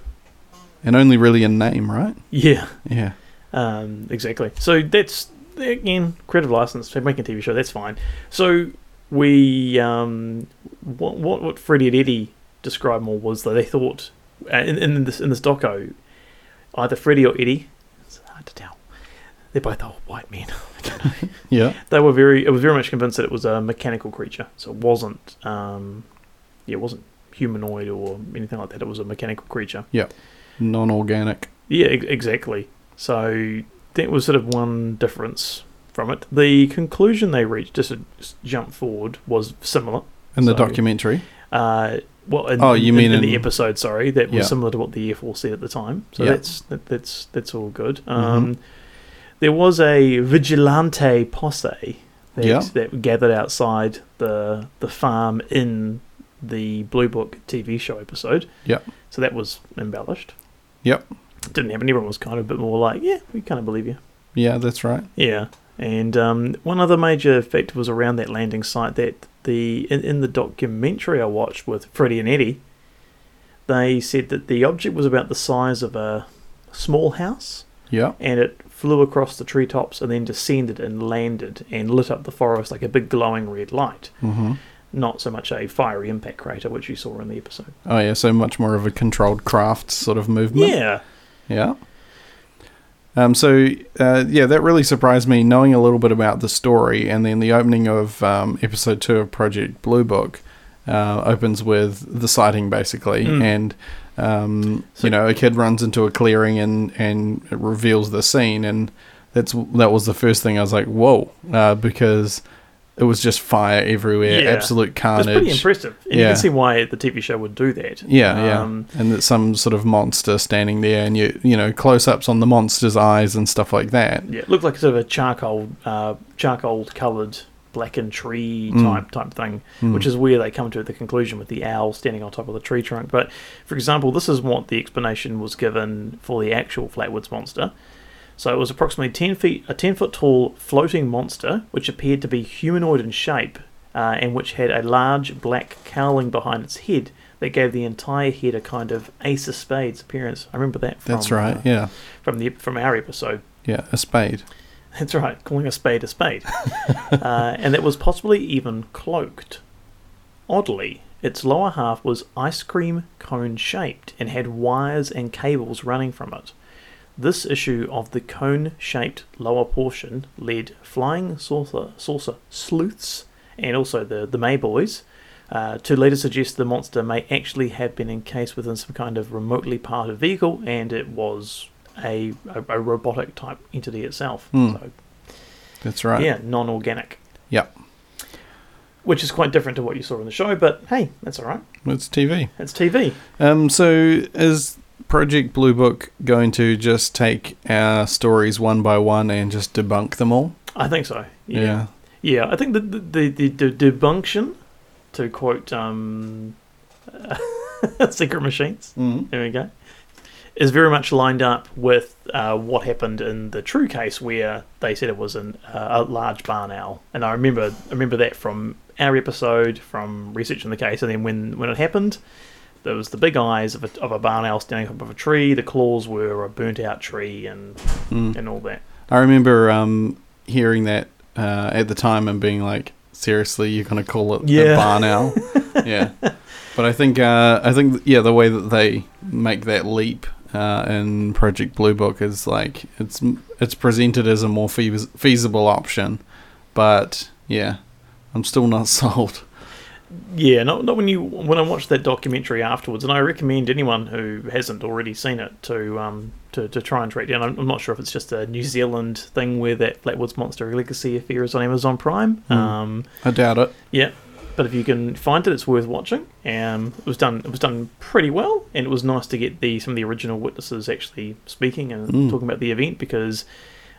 S2: and only really in name, right?
S3: yeah
S2: Yeah,
S3: um, exactly. So that's again creative license. They're making a TV show. That's fine. So we um, what what what Freddie and Eddie described more was that they thought uh, in, in this in this doco either Freddie or Eddie. It's hard to tell. They're both old white men.
S2: yeah.
S3: they were very it was very much convinced that it was a mechanical creature so it wasn't um yeah it wasn't humanoid or anything like that it was a mechanical creature
S2: Non-organic.
S3: yeah e- exactly so that was sort of one difference from it the conclusion they reached just to s- jump forward was similar
S2: In the
S3: So-
S2: documentary,
S3: uh well, in,
S2: Oh, you
S3: in-
S2: mean
S3: in, the
S2: in-
S3: episode? Sorry, that was
S2: Yeah.
S3: similar to what the Air Force said at the time. So
S2: Yeah. Mm-hmm.
S3: that's that, that's that's all good. Um, There was a vigilante posse that,
S2: Yeah.
S3: that gathered outside the the farm in the Blue Book TV show episode.
S2: Yeah.
S3: So that was embellished.
S2: Yep.
S3: Didn't happen. Everyone was kind of a bit more like, yeah, we kind of believe you.
S2: yeah, that's right.
S3: Yeah, and um, one other major factor was around that landing site that the in, in the documentary I watched with Freddie and Eddie, they said that the object was about the size of a small house
S2: Yeah,
S3: and it flew across the treetops and then descended and landed and lit up the forest like a big glowing red light.
S2: hmm
S3: Not so much a fiery impact crater, which you saw in the episode.
S2: Oh yeah, so much more of a controlled craft sort of movement.
S3: Yeah.
S2: Yeah. Um, so, uh, yeah, that really surprised me knowing a little bit about the story. And then the opening of um, episode two of Project Blue Book uh, opens with the sighting, basically.
S3: Mm.
S2: And, um,
S3: So-
S2: you know, a kid runs into a clearing and, and it reveals the scene. And that's that was the first thing I was like, whoa, uh, because it was just fire everywhere,
S3: Yeah.
S2: absolute
S3: It's
S2: carnage.
S3: pretty impressive. And you
S2: Yeah.
S3: can see why the TV show would do that.
S2: Yeah,
S3: Um,
S2: yeah, and it's some sort of monster standing there, and you you know close ups on the monster's eyes and stuff like that.
S3: Yeah, it looked like sort of a charcoal, uh, charcoal coloured blackened tree
S2: Mm.
S3: type type thing, which is where they come to the conclusion with the owl standing on top of the tree trunk. But for example, this is what the explanation was given for the actual Flatwoods monster. So it was approximately ten feet, a ten foot tall floating monster, which appeared to be humanoid in shape, uh, and which had a large black cowling behind its head that gave the entire head a kind of ace of spades appearance. I remember that. From,
S2: That's right.
S3: uh,
S2: yeah,
S3: From the from our episode.
S2: yeah, a spade.
S3: That's right, calling a spade a spade. uh, and it was possibly even cloaked. Oddly, its lower half was ice cream cone shaped and had wires and cables running from it. This issue of the cone shaped lower portion led flying saucer, saucer sleuths and also the, the Mayboys uh, to later suggest the monster may actually have been encased within some kind of remotely powered vehicle and it was a, a, a robotic type entity itself.
S2: Hmm.
S3: So,
S2: That's right.
S3: yeah, non organic,
S2: Yep.
S3: which is quite different to what you saw in the show, but hey, that's all right.
S2: It's TV.
S3: It's TV.
S2: Um, so is Project Blue Book going to just take our stories one by one and just debunk them all?
S3: I think so.
S2: Yeah.
S3: Yeah, I think the the the, the, the debunction, to quote um, Secret Machines.
S2: Mm.
S3: There we go. Is very much lined up with uh, what happened in the true case where they said it was an, uh, a large barn owl, and I remember I remember that from our episode from researching the case, and then when when it happened, there was the big eyes of a, of a barn owl standing up of a tree. The claws were a burnt out tree, and
S2: Mm.
S3: and all that.
S2: I remember um, hearing that uh, at the time and being like, "Seriously, you're gonna call it
S3: Yeah.
S2: a barn owl?" yeah. But I think uh, I think yeah, the way that they make that leap uh, in Project Blue Book is like it's it's presented as a more feas- feasible option, but yeah, I'm still not sold.
S3: Yeah, not, not when you when I watched that documentary afterwards, and I recommend anyone who hasn't already seen it to um to, to try and track down. I'm, I'm not sure if it's just a New Zealand thing where that Flatwoods Monster Legacy affair is on Amazon Prime.
S2: Hmm.
S3: Um,
S2: I doubt it.
S3: yeah, but if you can find it, it's worth watching. Um, it was done it was done pretty well, and it was nice to get the some of the original witnesses actually speaking and
S2: Mm.
S3: talking about the event because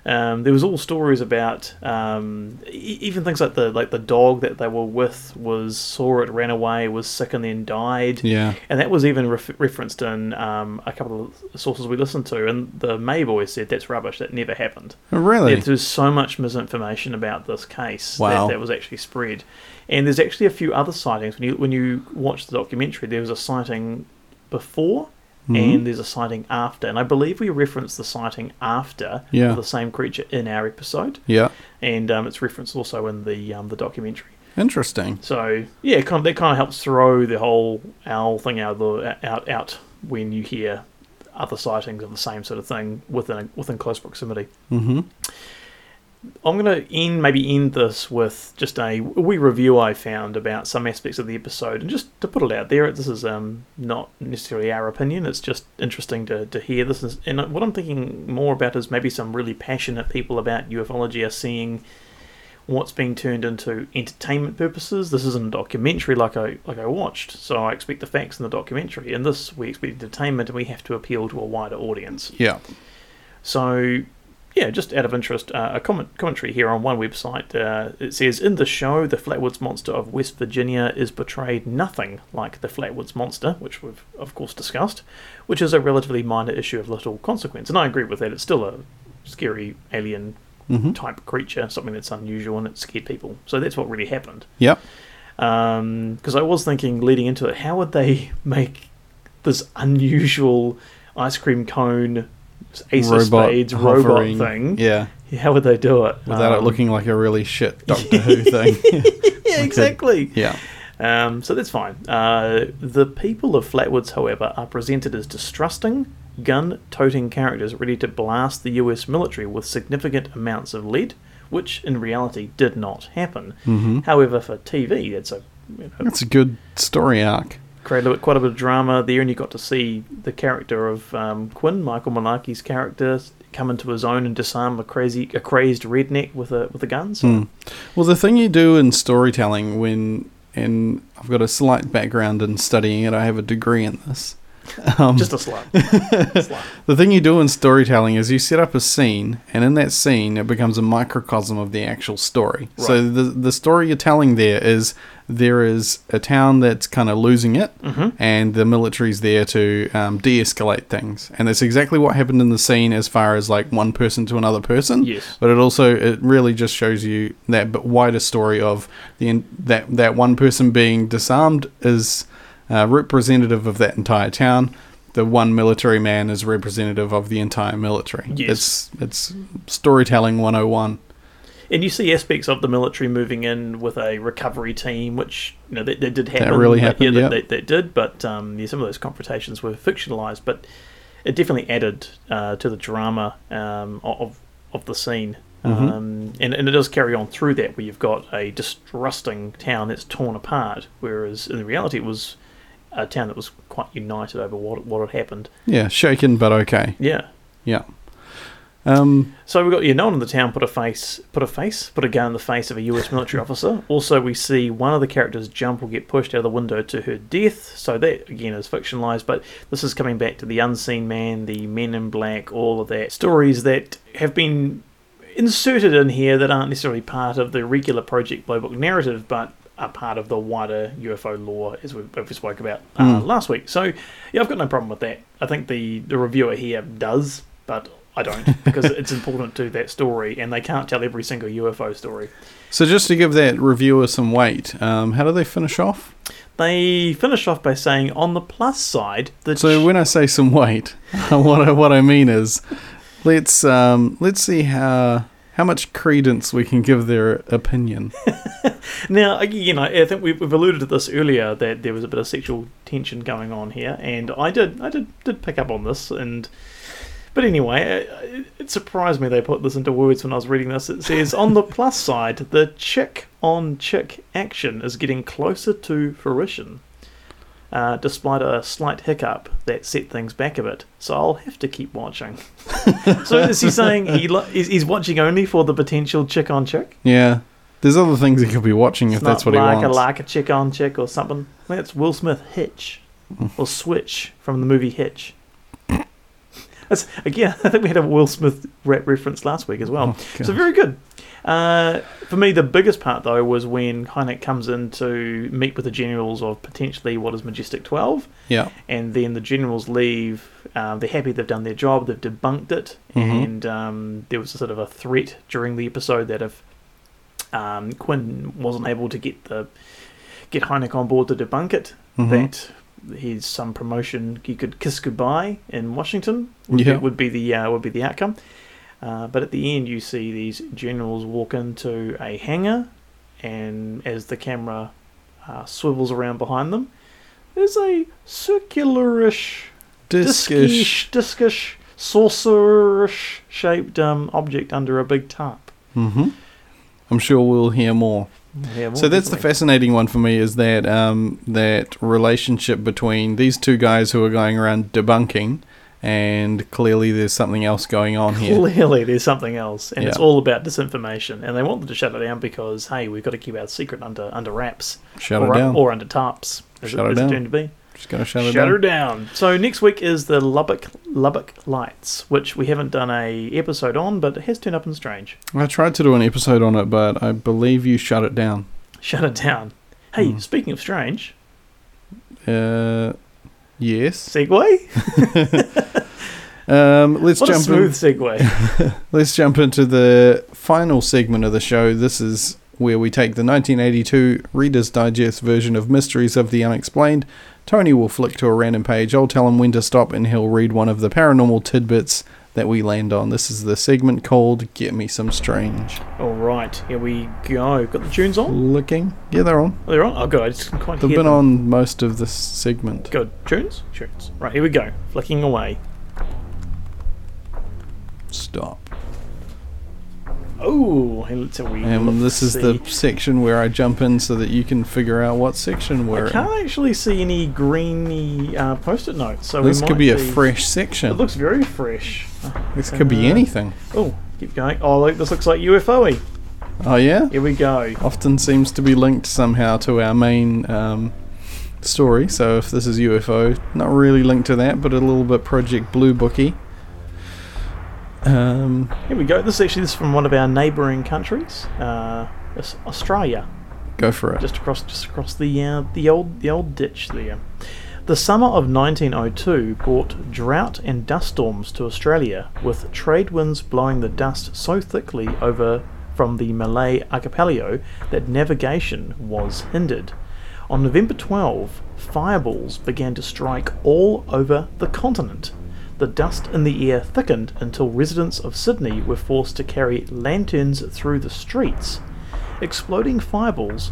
S3: um, there was all stories about um, e- even things like the like the dog that they were with was saw it ran away was sick and then died.
S2: Yeah.
S3: And that was even ref- referenced in um, a couple of sources we listened to, and the Mayboys said that's rubbish. That never happened.
S2: Really?
S3: Yeah, there's so much misinformation about this case
S2: Wow.
S3: that, that was actually spread. And there's actually a few other sightings. When you when you watch the documentary, there was a sighting before
S2: Mhm.
S3: and there's a sighting after. And I believe we referenced the sighting after
S2: Yeah.
S3: of the same creature in our episode.
S2: yeah.
S3: And um, it's referenced also in the um, the documentary.
S2: Interesting.
S3: So yeah, it kind of, that kind of helps throw the whole owl thing out of the out out when you hear other sightings of the same sort of thing within within close proximity.
S2: Mm-hmm.
S3: I'm going to end maybe end this with just a wee review I found about some aspects of the episode, and just to put it out there, this is um, not necessarily our opinion. It's just interesting to, to hear this, is, and what I'm thinking more about is maybe some really passionate people about ufology are seeing what's being turned into entertainment purposes. This isn't a documentary like I like I watched, so I expect the facts in the documentary. In this, we expect entertainment, and we have to appeal to a wider audience.
S2: Yeah.
S3: So, yeah, just out of interest, uh, a comment commentary here on one website. Uh, it says in the show, the Flatwoods Monster of West Virginia is portrayed nothing like the Flatwoods Monster, which we've of course discussed, which is a relatively minor issue of little consequence. And I agree with that. It's still a scary alien
S2: Mm-hmm.
S3: type creature, something that's unusual and it scared people. So that's what really happened
S2: Yep.
S3: because Um, I was thinking leading into it, how would they make this unusual ice cream cone Ace of Spades robot
S2: hovering-
S3: thing.
S2: Yeah,
S3: Yeah, How would they do it?
S2: without it
S3: Um,
S2: looking like a really shit Doctor Who thing.
S3: Yeah, exactly.
S2: Yeah.
S3: Um, so that's fine. Uh, the people of Flatwoods, however, are presented as distrusting, gun toting characters ready to blast the US military with significant amounts of lead, which in reality did not happen.
S2: Mm-hmm.
S3: However, for TV, that's a. You know,
S2: That's a good story arc.
S3: create a little- quite a bit of drama there, and you got to see the character of um, Quinn, Michael Malaki's character, come into his own and disarm a crazy, a crazed redneck with a with a gun. So
S2: Well, the thing you do in storytelling when, and I've got a slight background in studying it, I have a degree in this.
S3: just a slut. slut.
S2: The thing you do in storytelling is you set up a scene, and in that scene, it becomes a microcosm of the actual story. So the the story you're telling there is there is a town that's kind of losing it, and the military's there to um, de-escalate things, and that's exactly what happened in the scene as far as like one person to another person.
S3: Yes.
S2: but it also it really just shows you that b- wider story of the en- that that one person being disarmed is uh, representative of that entire town. The one military man is representative of the entire military.
S3: Yes.
S2: It's it's storytelling 101.
S3: And you see aspects of the military moving in with a recovery team, which you know that, that did happen.
S2: really
S3: That-
S2: happened,
S3: Yeah,
S2: yep.
S3: that, that, that did. But um, yeah, some of those confrontations were fictionalized, but it definitely added uh, to the drama um, o- of of the scene.
S2: Mm-hmm.
S3: Um, and, and it does carry on through that, where you've got a distrusting town that's torn apart, whereas in reality it was a town that was quite united over what what had happened.
S2: Yeah, shaken but okay.
S3: Yeah.
S2: Yeah. Um,
S3: So we've got yeah, no one in the town put a face, put a face, put a gun in the face of a U.S. military officer. Also, we see one of the characters jump or get pushed out of the window to her death. So that again is fictionalized, but this is coming back to the unseen man, the Men in Black, all of that stories that have been inserted in here that aren't necessarily part of the regular Project Blue Book narrative, but are part of the wider UFO lore, as we, as we spoke about uh,
S2: Hmm.
S3: last week. So, yeah, I've got no problem with that. I think the, the reviewer here does, but I don't, because it's important to that story, and they can't tell every single UFO story.
S2: so just to give that reviewer some weight, um, how do they finish off?
S3: They finish off by saying, on the plus side, the
S2: So when I say some weight, what I, what I mean is, let's um, let's see how how much credence we can give their opinion.
S3: Now, again, I, I think we've, we've alluded to this earlier that there was a bit of sexual tension going on here, and I did, I did, did pick up on this. And but anyway, it, it surprised me they put this into words when I was reading this. It says on the plus side, the chick on chick action is getting closer to fruition, uh, despite a slight hiccup that set things back a bit. So I'll have to keep watching. so is he saying he li- he's, he's watching only for the potential chick on chick?
S2: Yeah, there's other things he could be watching if
S3: It's
S2: that's
S3: not
S2: what he
S3: like
S2: wants.
S3: a like a chick on chick or something. I think it's Will Smith Hitch or Switch from the movie Hitch. That's, again, I think we had a Will Smith rap reference last week as well.
S2: Oh,
S3: so very good. Uh, for me, the biggest part though was when Hynek comes in to meet with the generals of potentially what is Majestic Twelve,
S2: Yeah,
S3: and then the generals leave. Um, they're happy they've done their job. They've debunked it,
S2: Mhm.
S3: and um, there was a sort of a threat during the episode that if um, Quinn wasn't able to get the get Hynek on board to debunk it,
S2: Mhm.
S3: that his some promotion he could kiss goodbye in Washington would,
S2: Yeah.
S3: be, would be the uh, would be the outcome. Uh, but at the end, you see these generals walk into a hangar, and as the camera uh, swivels around behind them, there's a circularish,
S2: discish.
S3: discish, discish, saucerish shaped um, object under a big tarp.
S2: hmm I'm sure we'll hear more.
S3: Yeah, well,
S2: so that's the
S3: definitely.
S2: fascinating one for me is that um, that relationship between these two guys who are going around debunking, and clearly there's something else going on here.
S3: Clearly, there's something else, and it's
S2: Yeah.
S3: all about disinformation. And they want them to shut it down because, hey, we've got to keep our secret under under wraps,
S2: Shut
S3: or,
S2: it down.
S3: or under tarps, as
S2: Shut it
S3: as
S2: down.
S3: turned to be.
S2: Just gotta shut it
S3: Shut her
S2: down.
S3: down. So next week is the Lubbock Lubbock Lights, which we haven't done a episode on, but it has turned up in strange.
S2: I tried to do an episode on it, but I believe you shut it down.
S3: Shut it down. Hey,
S2: Hmm.
S3: speaking of strange,
S2: Uh, yes.
S3: segue.
S2: Um, let's
S3: What a
S2: jump in.
S3: smooth segue.
S2: Let's jump into the final segment of the show. This is where we take the 1982 Reader's Digest version of Mysteries of the Unexplained. Tony will flick to a random page. I'll tell him when to stop and he'll read one of the paranormal tidbits that we land on. This is the segment called Get Me Some Strange.
S3: All right, here we go. Got the tunes on?
S2: Looking. Yeah, they're on.
S3: They're on. Oh, good. I just couldn't quite
S2: They've
S3: hear
S2: been
S3: them.
S2: on most of this segment.
S3: Good tunes, tunes. Right, here we go. Flicking away.
S2: Stop.
S3: Oh, hey, let's see. we
S2: And
S3: look,
S2: this is
S3: see.
S2: the section where I jump in so that you can figure out what section we're
S3: I
S2: in.
S3: can't actually see any greeny uh, post-it notes, so
S2: This
S3: we
S2: could
S3: might
S2: be a
S3: be-
S2: fresh
S3: It
S2: section.
S3: looks very fresh.
S2: this could be
S3: uh,
S2: anything.
S3: Oh, keep going. Oh, look, this looks like UFO-y.
S2: Oh yeah.
S3: Here we go.
S2: Often seems to be linked somehow to our main um, story. So if this is UFO, not really linked to that, but a little bit Project Blue Booky. Um,
S3: Here we go. This actually this is from one of our neighbouring countries, uh, Aus- Australia.
S2: go for it.
S3: just across just across the uh, the old the old ditch there. The summer of 1902 brought drought and dust storms to Australia, with trade winds blowing the dust so thickly over from the Malay archipelago that navigation was hindered. On November 12, fireballs began to strike all over the continent. The dust in the air thickened until residents of Sydney were forced to carry lanterns through the streets exploding fireballs,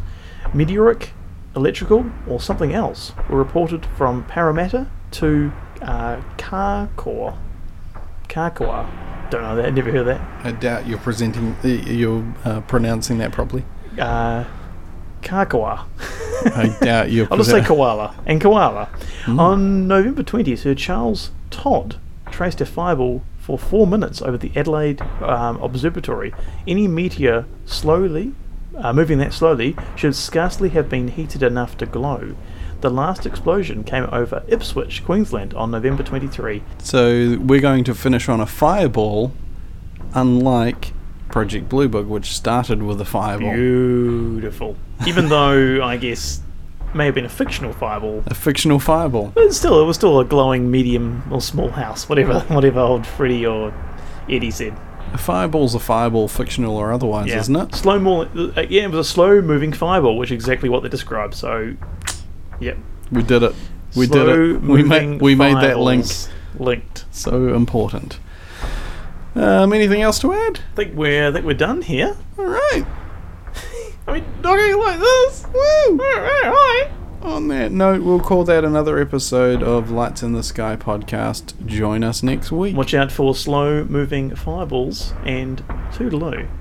S3: meteoric, electrical, or something else were reported from Parramatta to uh, Karkor. Karkor. Don't know that. Never heard of that.
S2: I doubt you're presenting, uh, you're uh, pronouncing that properly.
S3: Uh, Karkor.
S2: I doubt you're.
S3: I'll just say
S2: presen-
S3: koala and koala. On November 20th, Sir Charles Todd traced a fireball for four minutes over the Adelaide um, Observatory. Any meteor slowly, uh, moving that slowly, should scarcely have been heated enough to glow. The last explosion came over Ipswich, Queensland, on November 23.
S2: So we're going to finish on a fireball, unlike Project Blue Bug, which started with a fireball.
S3: Beautiful. Even though I guess may have been a fictional fireball,
S2: a fictional fireball.
S3: But still, it was still a glowing medium or small house, whatever, whatever old Freddy or Eddie said.
S2: A fireball's a fireball, fictional or otherwise,
S3: Yeah,
S2: isn't it?
S3: Slow mo- uh, Yeah, it was a slow moving fireball, which is exactly what they described. So, yep,
S2: We did it. We did it.
S3: Slow-moving
S2: We made we made that link
S3: fireballs. Linked.
S2: so important. Um, anything else to add?
S3: I think we're I think we're done here.
S2: All right.
S3: I mean, talking like this.
S2: Woo!
S3: All right, all right.
S2: On that note, we'll call that another episode of Lights in the Sky podcast. Join us next week.
S3: Watch out for slow moving fireballs and toodaloo.